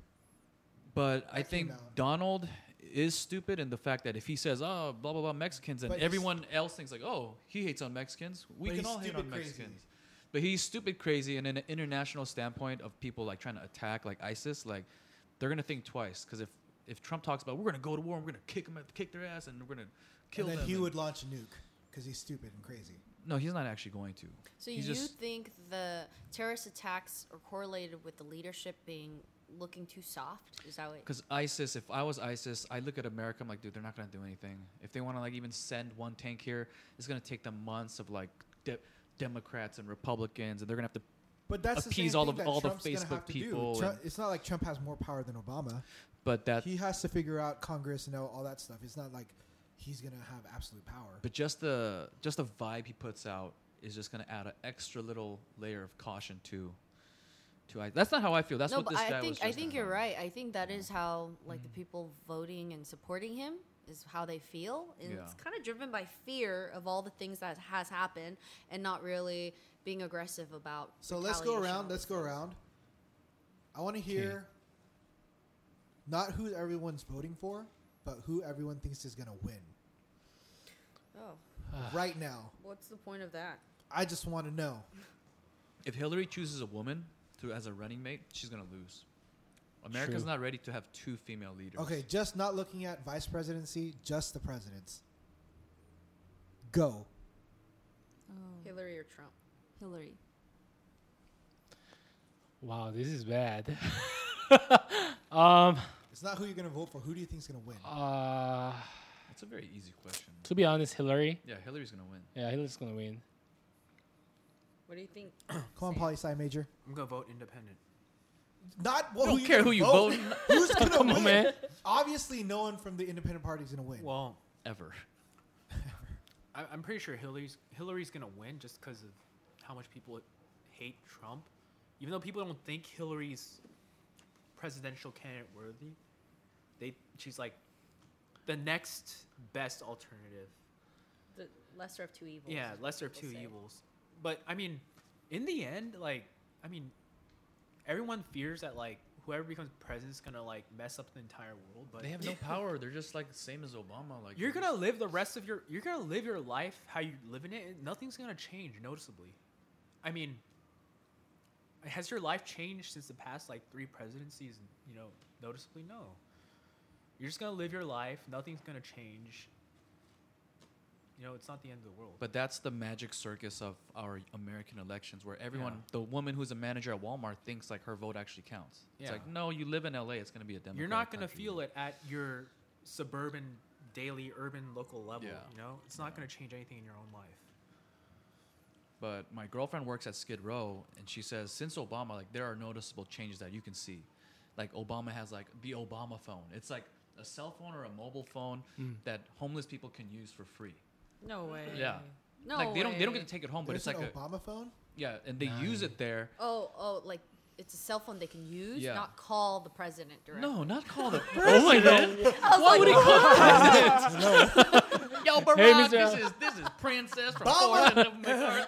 Speaker 2: but I
Speaker 4: That came
Speaker 2: think
Speaker 4: out.
Speaker 2: Donald is stupid in the fact that if he says, oh, blah, blah, blah, Mexicans, and
Speaker 4: But he's-
Speaker 2: everyone else thinks, like, oh, he hates on Mexicans. We
Speaker 4: But
Speaker 2: can
Speaker 4: he's
Speaker 2: all hate on
Speaker 4: stupid crazy.
Speaker 2: Mexicans. But he's stupid crazy, and in an international standpoint of people like trying to attack like ISIS, like they're gonna think twice because if if Trump talks about we're gonna go to war, and we're gonna kick them, kick their ass, and we're gonna kill
Speaker 4: and then
Speaker 2: them.
Speaker 4: he
Speaker 2: and-
Speaker 4: would launch a nuke because he's stupid and crazy.
Speaker 2: no, he's not actually going to.
Speaker 5: So
Speaker 2: He's
Speaker 5: you
Speaker 2: just-
Speaker 5: think the terrorist attacks are correlated with the leadership being looking too soft? Is that what?
Speaker 2: Because ISIS, if I was ISIS, I look at America. I'm like, dude, they're not gonna do anything. If they want to like even send one tank here, it's gonna take them months of like de- Democrats and Republicans, and they're gonna have to.
Speaker 4: But that's the
Speaker 2: Appease
Speaker 4: same
Speaker 2: all
Speaker 4: thing
Speaker 2: the-
Speaker 4: that
Speaker 2: all the
Speaker 4: Trump's gonna
Speaker 2: Facebook
Speaker 4: have to do.
Speaker 2: people
Speaker 4: Tru-
Speaker 2: and-
Speaker 4: it's not like Trump has more power than Obama.
Speaker 2: But that,
Speaker 4: He has to figure out Congress and all all that stuff. It's not like he's gonna have absolute power.
Speaker 2: but just the just the vibe he puts out is just gonna add an extra little layer of caution to. To ISIS. That's not how I feel. That's
Speaker 5: no,
Speaker 2: what
Speaker 5: but
Speaker 2: this guy
Speaker 5: I
Speaker 2: was
Speaker 5: think I
Speaker 2: just
Speaker 5: think
Speaker 2: about. Mm-hmm.
Speaker 5: you're right. I think that is how like the people voting and supporting him is how they feel, and it's
Speaker 2: Yeah.
Speaker 5: kind of driven by fear of all the things that has happened, and not really being aggressive about.
Speaker 4: So let's go
Speaker 5: retaliation
Speaker 4: around.
Speaker 5: on
Speaker 4: Let's
Speaker 5: it.
Speaker 4: go around. I want to hear not who everyone's voting for, but who everyone thinks is going to win
Speaker 5: Oh,
Speaker 2: Ah.
Speaker 4: right now.
Speaker 5: what's the point of that?
Speaker 4: I just want to know.
Speaker 2: If Hillary chooses a woman to as a running mate, she's gonna lose. America's
Speaker 1: True.
Speaker 2: not ready to have two female leaders.
Speaker 4: Okay, just not looking at vice presidency, just the presidents. Go.
Speaker 8: Oh,
Speaker 5: Hillary or Trump.
Speaker 8: Hillary.
Speaker 1: Wow, this is bad. um,
Speaker 4: It's not who you're gonna vote for. Who do you think's gonna win?
Speaker 2: Ah,
Speaker 1: uh,
Speaker 2: That's a very easy question.
Speaker 1: to be honest, Hillary.
Speaker 2: Yeah, Hillary's gonna win.
Speaker 1: Yeah, Hillary's gonna win.
Speaker 5: What do you think?
Speaker 4: Come on, poli sci major.
Speaker 6: I'm gonna vote independent.
Speaker 4: Not well,
Speaker 2: don't
Speaker 4: who
Speaker 2: care
Speaker 4: you
Speaker 2: who you
Speaker 4: vote.
Speaker 2: vote.
Speaker 4: Who's gonna
Speaker 1: Come
Speaker 4: win?
Speaker 1: on, man.
Speaker 4: Obviously, no one from the independent party's gonna win.
Speaker 6: Well,
Speaker 2: Ever.
Speaker 6: I, I'm pretty sure Hillary's Hillary's gonna win just because of how much people hate Trump, even though people don't think Hillary's presidential candidate worthy. They she's like the next best alternative.
Speaker 5: The lesser of two evils.
Speaker 6: Yeah, lesser of two
Speaker 5: say.
Speaker 6: evils. But I mean, in the end, like I mean, everyone fears that like whoever becomes president is gonna like mess up the entire world. But
Speaker 2: They have no power. They're just like the same as Obama. Like
Speaker 6: you're
Speaker 2: they're
Speaker 6: gonna live the rest of your you're gonna live your life how you live in it and nothing's gonna change noticeably i mean has your life changed since the past like three presidencies you know noticeably no you're just gonna live your life nothing's gonna change you know it's not the end of the world
Speaker 2: But that's the magic circus of our American elections, where everyone, the woman who's a manager at Walmart, thinks like her vote actually counts. It's
Speaker 6: Yeah.
Speaker 2: like, no, you live in LA, it's going to be a Democrat.
Speaker 6: you're not gonna feel it at your suburban daily urban local level
Speaker 2: Yeah.
Speaker 6: you know it's not gonna change anything in your own life
Speaker 2: But my girlfriend works at Skid Row, and she says since Obama, like there are noticeable changes that you can see. Like Obama has like the Obama phone. It's like a cell phone or a mobile phone
Speaker 6: Hmm.
Speaker 2: that homeless people can use for free.
Speaker 5: No way.
Speaker 2: Yeah.
Speaker 5: No
Speaker 2: like they don't they don't
Speaker 5: way.
Speaker 2: get to take it home, but
Speaker 4: There's
Speaker 2: it's like
Speaker 4: an
Speaker 2: a,
Speaker 4: Obama phone.
Speaker 2: yeah, and they use it there.
Speaker 5: Oh, oh, like it's a cell phone they can use,
Speaker 2: Yeah.
Speaker 5: not call the president directly.
Speaker 2: No, not call the president.
Speaker 5: I was like,
Speaker 2: Yo, Barack,
Speaker 1: Hey, Mr.
Speaker 2: this is this is Princess from
Speaker 4: Obama.
Speaker 2: Florida,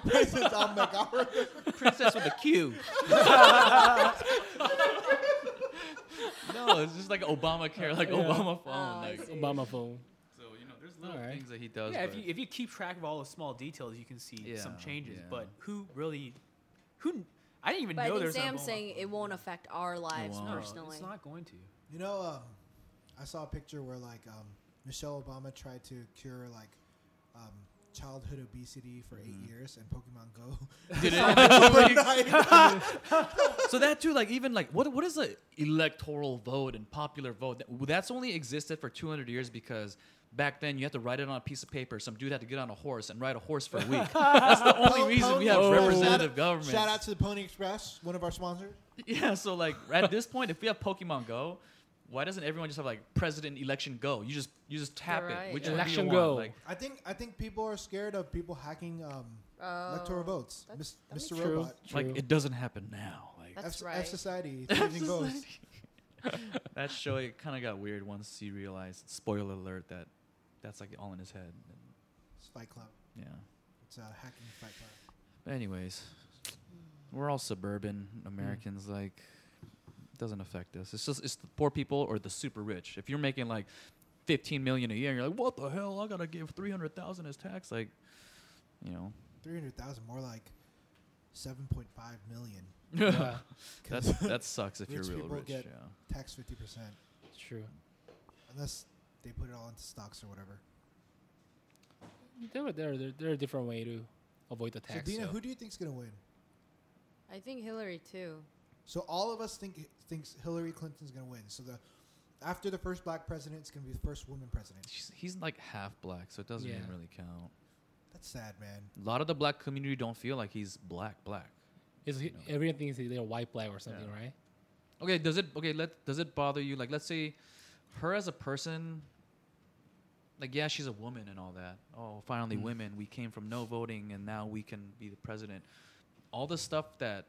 Speaker 2: MacArthur.
Speaker 4: This is on MacGyver.
Speaker 2: Princess with a Q. no, it's just like Obamacare, like Obama phone. like,
Speaker 1: Obama phone.
Speaker 2: so you know, there's little
Speaker 1: Alright.
Speaker 2: things that he does.
Speaker 6: yeah if
Speaker 2: but-
Speaker 6: you, if you keep track of all the small details you can see some
Speaker 2: Yeah,
Speaker 6: changes
Speaker 2: yeah.
Speaker 6: but who really who kn- i didn't even
Speaker 5: but I
Speaker 6: know
Speaker 5: think
Speaker 6: there's an
Speaker 5: Sam's
Speaker 6: Obama
Speaker 5: saying
Speaker 6: phone.
Speaker 5: it won't affect our lives
Speaker 4: Oh.
Speaker 2: won't.
Speaker 6: No,
Speaker 5: personally.
Speaker 6: it's not going to
Speaker 4: You know, um, I saw a picture where like um, Michelle Obama tried to cure like um, childhood obesity for eight years, and Pokemon Go.
Speaker 2: Did it-
Speaker 4: Overnight.
Speaker 2: so that too, like even like what what is the electoral vote and popular vote? That- That's only existed for 200 years because back then you had to write it on a piece of paper. Some dude had to get on a horse and ride a horse for a week. That's the only reason we have
Speaker 4: Pony Express.
Speaker 2: representative governments.
Speaker 4: oh. Shout out to the Pony Express, one of our sponsors.
Speaker 2: Yeah, so like at this point, if we have Pokemon Go, why doesn't everyone just have like President Election Go? You just you just tap
Speaker 5: You're right.
Speaker 2: it. Which
Speaker 1: Election
Speaker 2: one do you
Speaker 1: Go.
Speaker 2: Want? Like,
Speaker 4: I think I think people are scared of people hacking um,
Speaker 5: Oh,
Speaker 4: electoral votes.
Speaker 5: that's-
Speaker 4: Mis-
Speaker 5: that
Speaker 4: Mr.
Speaker 5: makes
Speaker 1: True.
Speaker 4: Robot,
Speaker 1: True.
Speaker 2: like it doesn't happen now. Like
Speaker 5: That's
Speaker 4: F,
Speaker 5: right.
Speaker 4: F Society, changing votes.
Speaker 2: that show, it kind of got weird once you realized. Spoiler alert! That that's like all in his head.
Speaker 4: It's Fight Club.
Speaker 2: Yeah.
Speaker 4: It's a hacking Fight Club.
Speaker 2: But anyways, we're all suburban Americans.
Speaker 4: Mm.
Speaker 2: Like, it doesn't affect us. It's just it's the poor people or the super rich. If you're making like 15 million a year, you're like, what the hell? I gotta give 300,000 as tax. Like, you know.
Speaker 4: Three hundred thousand, more like seven point five million.
Speaker 1: Yeah,
Speaker 2: That's that sucks if you're
Speaker 4: Rich
Speaker 2: real
Speaker 4: people
Speaker 2: rich.
Speaker 4: get-
Speaker 2: yeah.
Speaker 4: Tax fifty percent,
Speaker 1: it's true.
Speaker 4: unless they put it all into stocks or whatever.
Speaker 1: There are there are, there are different way to avoid the tax.
Speaker 4: so, Dina,
Speaker 1: so-
Speaker 4: who do you think's gonna win?
Speaker 5: I think Hillary too.
Speaker 4: So all of us think thinks Hillary Clinton's gonna win. So the after the first black president, it's gonna be the first woman president.
Speaker 2: She's, he's like half black, so it doesn't
Speaker 1: Yeah.
Speaker 2: even really count.
Speaker 4: That's sad, man.
Speaker 2: A lot of the black community don't feel like he's black black.
Speaker 1: Is he- everything is either white black or something,
Speaker 2: Yeah.
Speaker 1: right?
Speaker 2: Okay, does it okay, let does it bother you? Like let's say her as a person like yeah, she's a woman and all that. Oh, finally women, we came from no voting and now we can be the president. All the stuff that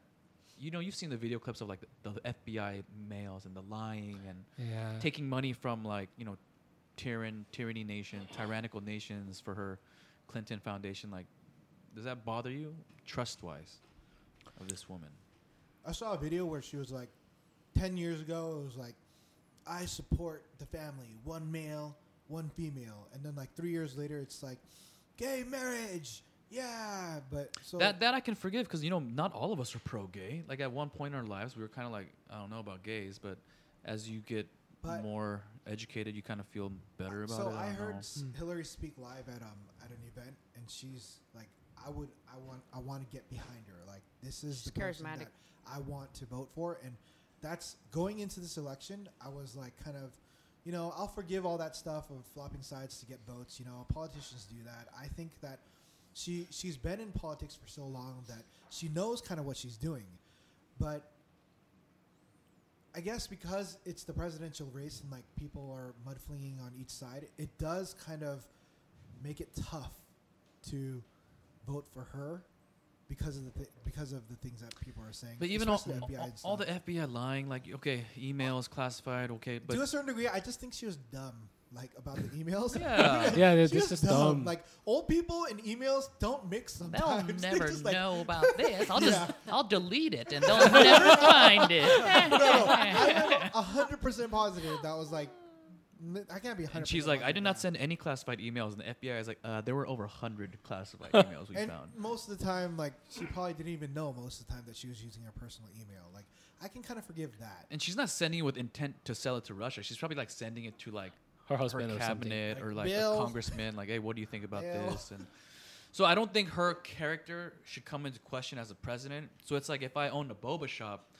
Speaker 2: you know, you've seen the video clips of like the, the FBI males and the lying and
Speaker 1: Yeah.
Speaker 2: taking money from like you know tyrann tyranny nation tyrannical nations for her clinton foundation like does that bother you trust wise of this woman
Speaker 4: I saw a video where she was like, 10 years ago, it was like, I support the family, one male, one female. And then like three years later, it's like, gay marriage, yeah, but so
Speaker 2: that that I can forgive because you know not all of us are pro gay. Like at one point in our lives, we were kind of like I don't know about gays, but as you get
Speaker 4: But-
Speaker 2: more educated, you kind of feel better about
Speaker 4: so
Speaker 2: it.
Speaker 4: I,
Speaker 2: don't
Speaker 4: heard
Speaker 2: know.
Speaker 4: s
Speaker 5: Hmm.
Speaker 4: Hillary speak live at um at an event, and she's like, "I would, I want, I want to get behind her. Like this is
Speaker 5: She's
Speaker 4: the person
Speaker 5: charismatic.
Speaker 4: that I want to vote for." And that's going into this election. I was like, kind of, you know, I'll forgive all that stuff of flopping sides to get votes. You know, politicians do that. I think that she she's been in politics for so long that she knows kind of what she's doing, but I guess because it's the presidential race and like people are mudflinging on each side, it does kind of make it tough to vote for her because of the th- because of the things that people are saying.
Speaker 2: But even all,
Speaker 4: especially FBI
Speaker 2: all,
Speaker 4: and
Speaker 2: all the
Speaker 4: stuff.
Speaker 2: FBI lying, like okay, emails classified, okay, but
Speaker 4: to a certain degree, I just think she was dumb, like about the emails.
Speaker 2: Yeah.
Speaker 1: Yeah,
Speaker 4: she
Speaker 1: this
Speaker 4: was
Speaker 1: is
Speaker 4: dumb.
Speaker 1: dumb.
Speaker 4: Like old people and emails don't mix
Speaker 9: They'll
Speaker 4: sometimes. They
Speaker 9: never
Speaker 4: just, like,
Speaker 9: know about this. I'll just I'll delete it and they'll
Speaker 4: no, no,
Speaker 9: never find it.
Speaker 4: no, no. I am hundred percent positive that was like. n- I can't be. 100
Speaker 2: And she's like, I did not send any classified emails, and the FBI is like, uh, there were over hundred classified emails we
Speaker 4: and
Speaker 2: found.
Speaker 4: most of the time, like she probably didn't even know most of the time that she was using her personal email. Like I can kind of forgive that.
Speaker 2: And she's not sending it with intent to sell it to Russia. She's probably like sending it to like
Speaker 1: Her
Speaker 2: her
Speaker 1: husband or something.
Speaker 2: cabinet
Speaker 4: Like,
Speaker 2: or like a
Speaker 4: Bill.
Speaker 2: congressman, like, hey, what do you think about
Speaker 4: Bill.
Speaker 2: this? And so I don't think her character should come into question as a president. So it's like if I own a boba shop,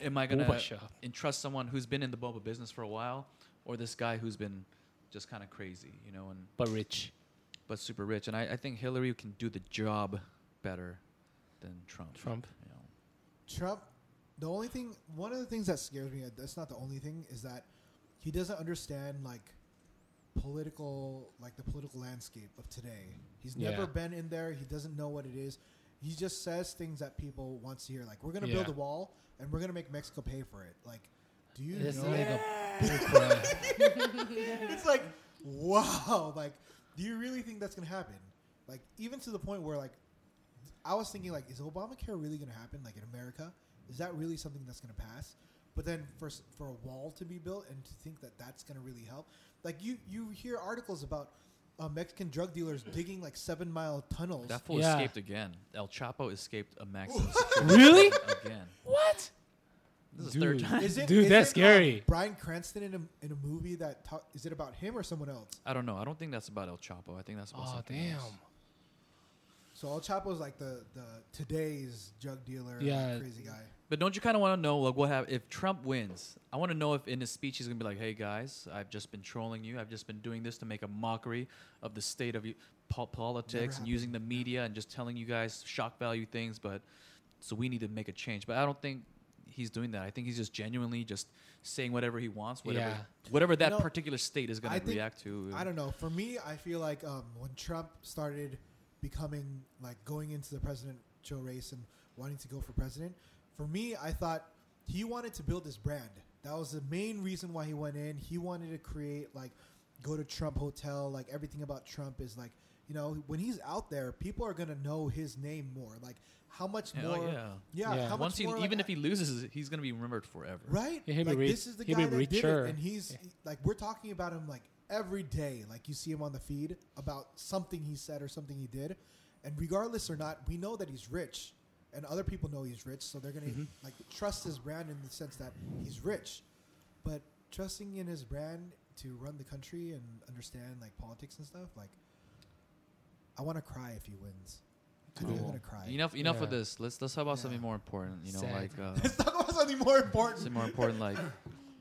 Speaker 2: am I gonna
Speaker 1: Boba shop.
Speaker 2: entrust someone who's been in the boba business for a while, or this guy who's been just kind of crazy, you know? And
Speaker 1: But rich.
Speaker 2: but super rich. And I, I think Hillary can do the job better than Trump.
Speaker 1: Trump.
Speaker 2: You know.
Speaker 4: Trump, the only thing, one of the things that scares me, that's not the only thing, is that he doesn't understand like political, like the political landscape of today. He's
Speaker 1: Yeah.
Speaker 4: never been in there. He doesn't know what it is. He just says things that people want to hear. Like, we're going to build
Speaker 1: Yeah.
Speaker 4: a wall and we're going to make Mexico pay for it. Like, do you
Speaker 1: This
Speaker 4: know?
Speaker 1: nigga poop, bruh.
Speaker 4: it's like, wow. Like, do you really think that's going to happen? Like, even to the point where, like, I was thinking, like, is Obamacare really going to happen? Like, in America, is that really something that's going to pass? But then for, s- for a wall to be built and to think that that's going to really help. Like, you, you hear articles about uh, Mexican drug dealers digging, like, seven mile tunnels.
Speaker 2: That fool
Speaker 1: Yeah.
Speaker 2: escaped again. El Chapo escaped a maximum security
Speaker 1: Really?
Speaker 2: again.
Speaker 1: What?
Speaker 2: This is the third
Speaker 1: Dude,
Speaker 2: time.
Speaker 4: Is it-
Speaker 1: dude
Speaker 4: is
Speaker 1: that's
Speaker 4: it, um,
Speaker 1: scary.
Speaker 4: Brian Cranston in a, in a movie that ta- is it about him or someone else?
Speaker 2: I don't know. I don't think that's about El Chapo. I think that's about
Speaker 1: oh,
Speaker 2: something
Speaker 1: damn.
Speaker 2: else.
Speaker 4: So El Chapo's like the, the today's drug dealer, like,
Speaker 1: Yeah.
Speaker 4: crazy guy.
Speaker 2: But don't you kind of want to know like what happened if Trump wins? I want to know if in his speech he's gonna be like, "Hey guys, I've just been trolling you. I've just been doing this to make a mockery of the state of y- po- politics and using the media and just telling you guys shock value things." But so we need to make a change. But I don't think he's doing that. I think he's just genuinely just saying whatever he wants, whatever
Speaker 1: Yeah.
Speaker 2: whatever that
Speaker 4: know,
Speaker 2: particular state is gonna
Speaker 4: I think-
Speaker 2: react to.
Speaker 4: I don't know. For me, I feel like um, when Trump started becoming like going into the presidential race and wanting to go for president, for me, I thought he wanted to build his brand. That was the main reason why he went in. He wanted to create like go to Trump Hotel, like everything about Trump is like you know when he's out there, people are gonna know his name more. Like how much
Speaker 2: Yeah,
Speaker 4: more?
Speaker 2: yeah.
Speaker 4: yeah.
Speaker 1: Yeah.
Speaker 4: How
Speaker 2: Once
Speaker 4: much
Speaker 2: he,
Speaker 4: more, like,
Speaker 2: even if he loses, he's gonna be remembered forever.
Speaker 4: Right?
Speaker 1: Yeah, he'll be
Speaker 4: like
Speaker 1: rich-
Speaker 4: this is the
Speaker 1: he'll
Speaker 4: guy
Speaker 1: be
Speaker 4: that did
Speaker 1: richer.
Speaker 4: it, and he's like we're talking about him like every day. Like you see him on the feed about something he said or something he did, and regardless or not, we know that he's rich, and other people know he's rich, so they're gonna
Speaker 1: Mm-hmm.
Speaker 4: like trust his brand in the sense that he's rich, but trusting in his brand to run the country and understand like politics and stuff, like I want to cry if he wins. I think I'm
Speaker 1: Cool.
Speaker 4: gonna cry.
Speaker 2: Enough, enough of
Speaker 1: Yeah.
Speaker 2: this. Let's let's talk about
Speaker 4: Yeah.
Speaker 2: something more important. You know,
Speaker 1: Sad.
Speaker 2: like. Uh,
Speaker 4: Let's talk about something more important.
Speaker 2: Is it more important, like,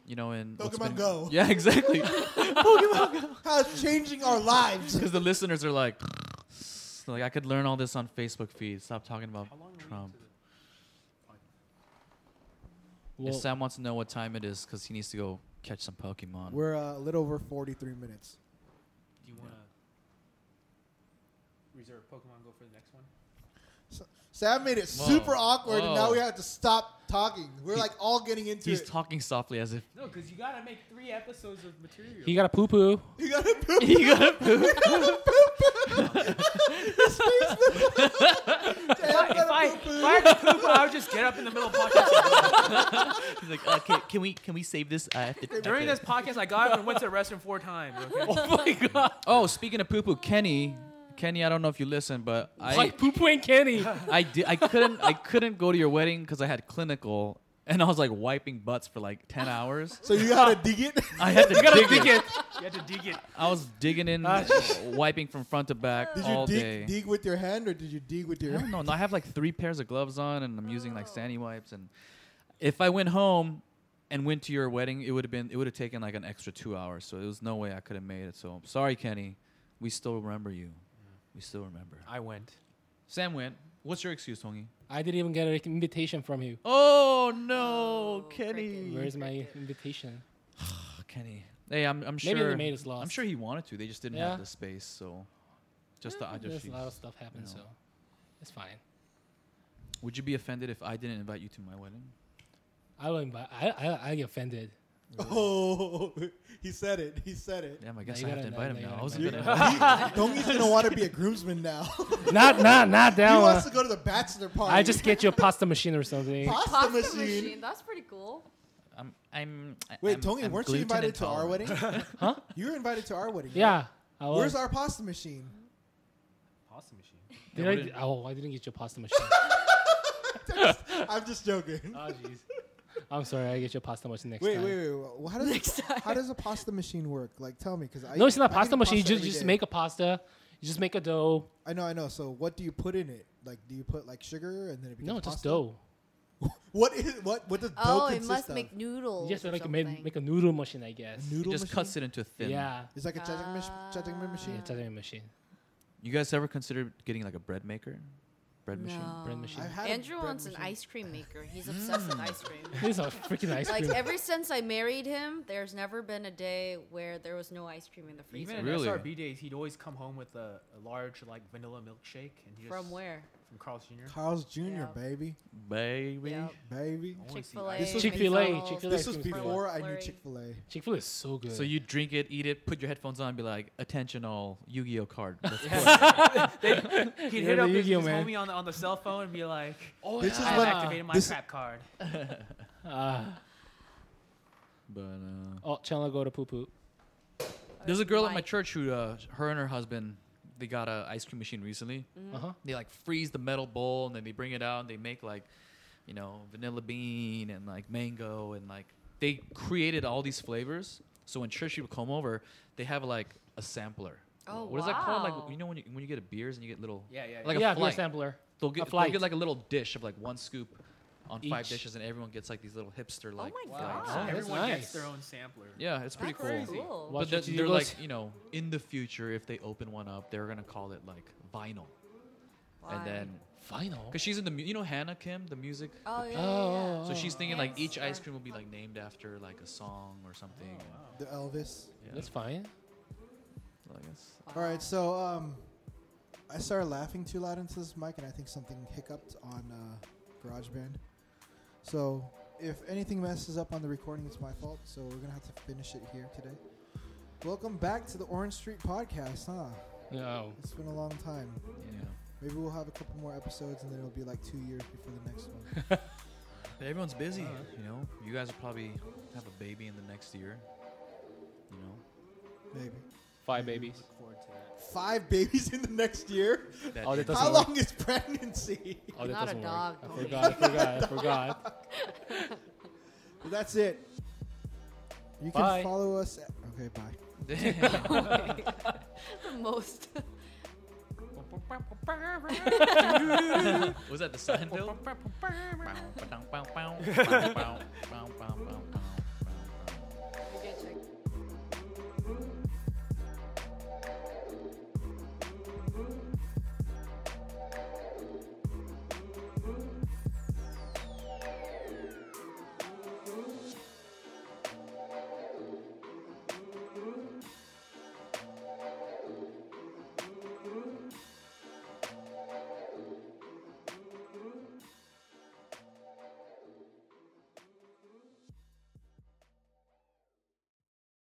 Speaker 2: you know, in what's
Speaker 4: Pokemon
Speaker 2: been-
Speaker 4: Go.
Speaker 2: Yeah, exactly.
Speaker 4: How it's changing our lives.
Speaker 2: Because the listeners are like, like I could learn all this on Facebook feed. Stop talking about Trump.
Speaker 1: Well,
Speaker 2: if Sam wants to know what time it is, because he needs to go catch some Pokemon.
Speaker 4: We're uh, a little over 43 minutes.
Speaker 6: Do you want to reserve Pokemon Go for the next one?
Speaker 4: Sam made it
Speaker 2: Whoa.
Speaker 4: super awkward, and now
Speaker 2: Whoa.
Speaker 4: we have to stop talking. We're
Speaker 2: He-
Speaker 4: like all getting into
Speaker 2: He's
Speaker 4: it.
Speaker 2: talking softly as if
Speaker 6: No, because you gotta make three episodes of material.
Speaker 1: he got a poo poo.
Speaker 4: you gotta poop.
Speaker 2: he got
Speaker 6: if, I, if, I, if I had to poop, I would just get up in the middle of podcast.
Speaker 2: He's like, uh, can, can we can we save this? I have to- I have
Speaker 6: During
Speaker 2: to-
Speaker 6: this podcast, I got up and went to the restroom four times. Okay?
Speaker 2: Oh, speaking of poo poo, Kenny. Kenny, I don't know if you listen, but I
Speaker 1: Like Poopoo and Kenny.
Speaker 2: I did I couldn't I couldn't go to your wedding because I had clinical and I was like wiping butts for like ten hours.
Speaker 4: So you gotta dig it.
Speaker 2: I had to dig, it.
Speaker 6: You had to dig it.
Speaker 2: I was digging in, wiping from front to back
Speaker 4: Ah, Did you
Speaker 2: all
Speaker 4: dig,
Speaker 2: day.
Speaker 4: dig with your hand or did you dig with
Speaker 2: I
Speaker 4: your?
Speaker 2: don't know. No, I have like three pairs of gloves on, and I'm using
Speaker 4: Oh.
Speaker 2: like sandy wipes. And if I went home and went to your wedding, it would have been it would have taken like an extra two hours. So there was no way I could have made it. So I'm sorry, Kenny. We still remember you. We still remember.
Speaker 6: I went.
Speaker 2: Sam went. What's your excuse, Hongi?
Speaker 1: I didn't even get an invitation from you.
Speaker 2: Oh no,
Speaker 5: Oh,
Speaker 2: Kenny.
Speaker 1: Where's my invitation?
Speaker 2: Oh, Kenny. Hey, I'm I'm sure.
Speaker 1: Maybe they made us lost.
Speaker 2: I'm sure he wanted to. They just didn't
Speaker 1: Yeah.
Speaker 2: have the space. So just the other
Speaker 1: There's a lot of
Speaker 2: shoes.
Speaker 1: stuff happened,
Speaker 2: you
Speaker 1: so
Speaker 2: know.
Speaker 1: it's fine.
Speaker 2: Would you be offended if I didn't invite you to my wedding?
Speaker 1: I will invite. I I, I get offended.
Speaker 4: Oh, he said it. He said it.
Speaker 2: Damn, I
Speaker 1: No,
Speaker 2: guess
Speaker 1: you
Speaker 2: I have to
Speaker 1: gotta- no,
Speaker 2: invite him
Speaker 1: no,
Speaker 2: now.
Speaker 1: you
Speaker 2: I
Speaker 1: gotta
Speaker 2: wasn't
Speaker 1: invite
Speaker 2: gonna.
Speaker 4: Dongi's gonna want to be a groomsman now.
Speaker 1: not not not
Speaker 4: he
Speaker 1: that one.
Speaker 4: wants to
Speaker 2: uh,
Speaker 4: go to the bachelor party.
Speaker 1: I just get you a pasta machine or something.
Speaker 4: pasta,
Speaker 5: Pasta
Speaker 4: machine.
Speaker 5: machine. That's pretty cool.
Speaker 2: I'm. I'm. I-
Speaker 4: Wait,
Speaker 2: I'm-
Speaker 4: Tony,
Speaker 2: I'm
Speaker 4: weren't you
Speaker 2: gluten
Speaker 4: invited to our
Speaker 2: intolerant.
Speaker 4: wedding? huh? You were invited to our wedding. right?
Speaker 1: Yeah. I was.
Speaker 4: Where's our pasta machine?
Speaker 6: Pasta machine.
Speaker 1: Did
Speaker 2: Yeah,
Speaker 1: I,
Speaker 2: we didn't-
Speaker 1: oh, I didn't get you a pasta machine.
Speaker 4: I'm just joking.
Speaker 1: oh jeez. I'm sorry. I get you a pasta machine next
Speaker 4: Wait,
Speaker 1: time.
Speaker 4: wait, wait, wait. well, How does how does a pasta machine work? Like, tell me, because I
Speaker 1: No, it's not
Speaker 4: I
Speaker 1: a pasta
Speaker 4: eat
Speaker 1: machine. You just,
Speaker 4: every
Speaker 1: you just
Speaker 4: day.
Speaker 1: make a pasta. You just make a dough.
Speaker 4: I know, I know. So, what do you put in it? Like, do you put like sugar and then it becomes
Speaker 1: No, it's just
Speaker 4: pasta?
Speaker 1: dough.
Speaker 4: What is what? What does dough
Speaker 5: Oh, it
Speaker 4: consist
Speaker 5: must
Speaker 4: of?
Speaker 5: make noodles.
Speaker 1: Yes,
Speaker 5: or
Speaker 1: like a make,
Speaker 5: something.
Speaker 1: make a noodle machine, I guess.
Speaker 2: It
Speaker 4: Oh, noodle Ah.
Speaker 2: just
Speaker 4: machine?
Speaker 2: cuts it into thin.
Speaker 1: Yeah.
Speaker 4: It's like a jajangmyeon mach-
Speaker 5: Ah.
Speaker 4: jajangmyeon
Speaker 1: Yeah,
Speaker 4: machine.
Speaker 1: it's a machine.
Speaker 2: You guys ever considered getting like a bread maker? Bread machine.
Speaker 1: Bread
Speaker 5: No.
Speaker 1: machine.
Speaker 4: I've had a
Speaker 5: Andrew
Speaker 4: bread
Speaker 5: wants an
Speaker 4: machine.
Speaker 5: ice cream maker. He's obsessed with ice cream.
Speaker 1: This is a freaking ice
Speaker 5: Like
Speaker 1: cream.
Speaker 5: ever since I married him, there's never been a day where there was no ice cream in the freezer.
Speaker 6: Even at
Speaker 2: Really?
Speaker 6: SRB days, he'd always come home with a, a large like vanilla milkshake. And he
Speaker 5: From
Speaker 6: just-
Speaker 5: where?
Speaker 6: From Carl's Jr.
Speaker 4: Carl's Jr.
Speaker 5: Yeah.
Speaker 4: baby,
Speaker 2: Baby.
Speaker 5: Yeah.
Speaker 4: baby.
Speaker 6: I wanna see
Speaker 5: Chick Fil A.
Speaker 6: ice-
Speaker 4: This was-
Speaker 1: Chick-fil-A, Chick-fil-A.
Speaker 4: This
Speaker 1: ice
Speaker 4: was
Speaker 1: cream flavor.
Speaker 4: before I knew
Speaker 5: Flurry.
Speaker 4: Chick Fil A.
Speaker 1: Chick Fil A is so good.
Speaker 2: So you drink it, eat it, put your headphones on, and be like, attention all Yu-Gi-Oh card. Let's play."
Speaker 6: He'd
Speaker 1: You're
Speaker 6: hit
Speaker 1: the
Speaker 6: up his,
Speaker 1: Yu-Gi-Oh
Speaker 6: his
Speaker 1: man.
Speaker 6: homie on the, on the cell phone and be like,
Speaker 1: oh,
Speaker 4: This is
Speaker 6: I've
Speaker 4: when-
Speaker 6: activated my
Speaker 4: this-
Speaker 6: crap card.
Speaker 1: Ah.
Speaker 2: But uh,
Speaker 1: oh, Chandler go to poo poo.
Speaker 4: Mm-hmm.
Speaker 2: there's a girl at my
Speaker 5: Mike.
Speaker 2: church who, uh, her and her husband, they got a ice cream machine recently.
Speaker 1: Uh huh.
Speaker 2: They like freeze the metal bowl and then they bring it out and they make like, you know, vanilla bean and like mango and like they created all these flavors. So when church people come over, they have like a sampler.
Speaker 5: Oh,
Speaker 2: What is that called? Like
Speaker 5: wow.
Speaker 2: you know when you, when you get a beers and you get little
Speaker 6: Yeah, yeah.
Speaker 2: like
Speaker 1: yeah,
Speaker 2: a
Speaker 1: beer
Speaker 2: flight.
Speaker 1: sampler.
Speaker 2: They'll
Speaker 1: A
Speaker 2: get, they'll
Speaker 1: flight.
Speaker 2: get like a little dish of like one scoop on five
Speaker 1: Each.
Speaker 2: dishes, and everyone gets like these little hipster
Speaker 5: Oh
Speaker 2: like.
Speaker 5: my
Speaker 2: flags.
Speaker 5: god.
Speaker 1: that's
Speaker 6: Everyone gets
Speaker 1: nice.
Speaker 6: their own sampler.
Speaker 2: Yeah, it's pretty
Speaker 5: That's
Speaker 2: cool.
Speaker 5: so cool.
Speaker 1: Watch
Speaker 2: But they're,
Speaker 1: it, you
Speaker 2: they're
Speaker 1: go
Speaker 2: like
Speaker 1: s-
Speaker 2: you know in the future if they open one up, they're gonna call it like vinyl,
Speaker 5: Wow.
Speaker 2: and then
Speaker 1: Final.
Speaker 2: because she's in the mu- you know Hannah Kim the music.
Speaker 5: Oh
Speaker 1: Oh,
Speaker 5: yeah. yeah,
Speaker 1: oh,
Speaker 2: So
Speaker 1: oh.
Speaker 2: she's thinking like
Speaker 5: Yes.
Speaker 2: each ice cream will be like named after like a song or something.
Speaker 4: The Elvis.
Speaker 2: Yeah.
Speaker 1: That's fine.
Speaker 2: Well, I guess.
Speaker 5: yeah.
Speaker 4: All
Speaker 5: Wow.
Speaker 4: right, so um, I started laughing too loud into this mic, and I think something hiccuped on uh, GarageBand. So if anything messes up on the recording, it's my fault. So we're gonna have to finish it here today. Welcome back to the Orange Street Podcast, huh?
Speaker 1: No.
Speaker 4: It's been a long time.
Speaker 2: Yeah.
Speaker 4: Maybe we'll have a couple more episodes, and then it'll be like two years before the next one.
Speaker 2: But everyone's busy, you know. You guys will probably have a baby in the next year. You know.
Speaker 4: Maybe
Speaker 1: Five babies.
Speaker 6: Look forward to that.
Speaker 4: five babies in the next year.
Speaker 2: That
Speaker 1: Oh, that
Speaker 2: did-
Speaker 1: doesn't
Speaker 4: How
Speaker 1: work.
Speaker 4: long is pregnancy?
Speaker 1: Oh, that
Speaker 5: Not a
Speaker 1: doesn't work.
Speaker 5: dog,
Speaker 1: I
Speaker 5: Tony.
Speaker 1: forgot. I forgot. I forgot.
Speaker 4: Well, that's it. You can
Speaker 1: Bye.
Speaker 4: follow us. At, okay, bye.
Speaker 5: The most.
Speaker 2: was that the Seinfeld?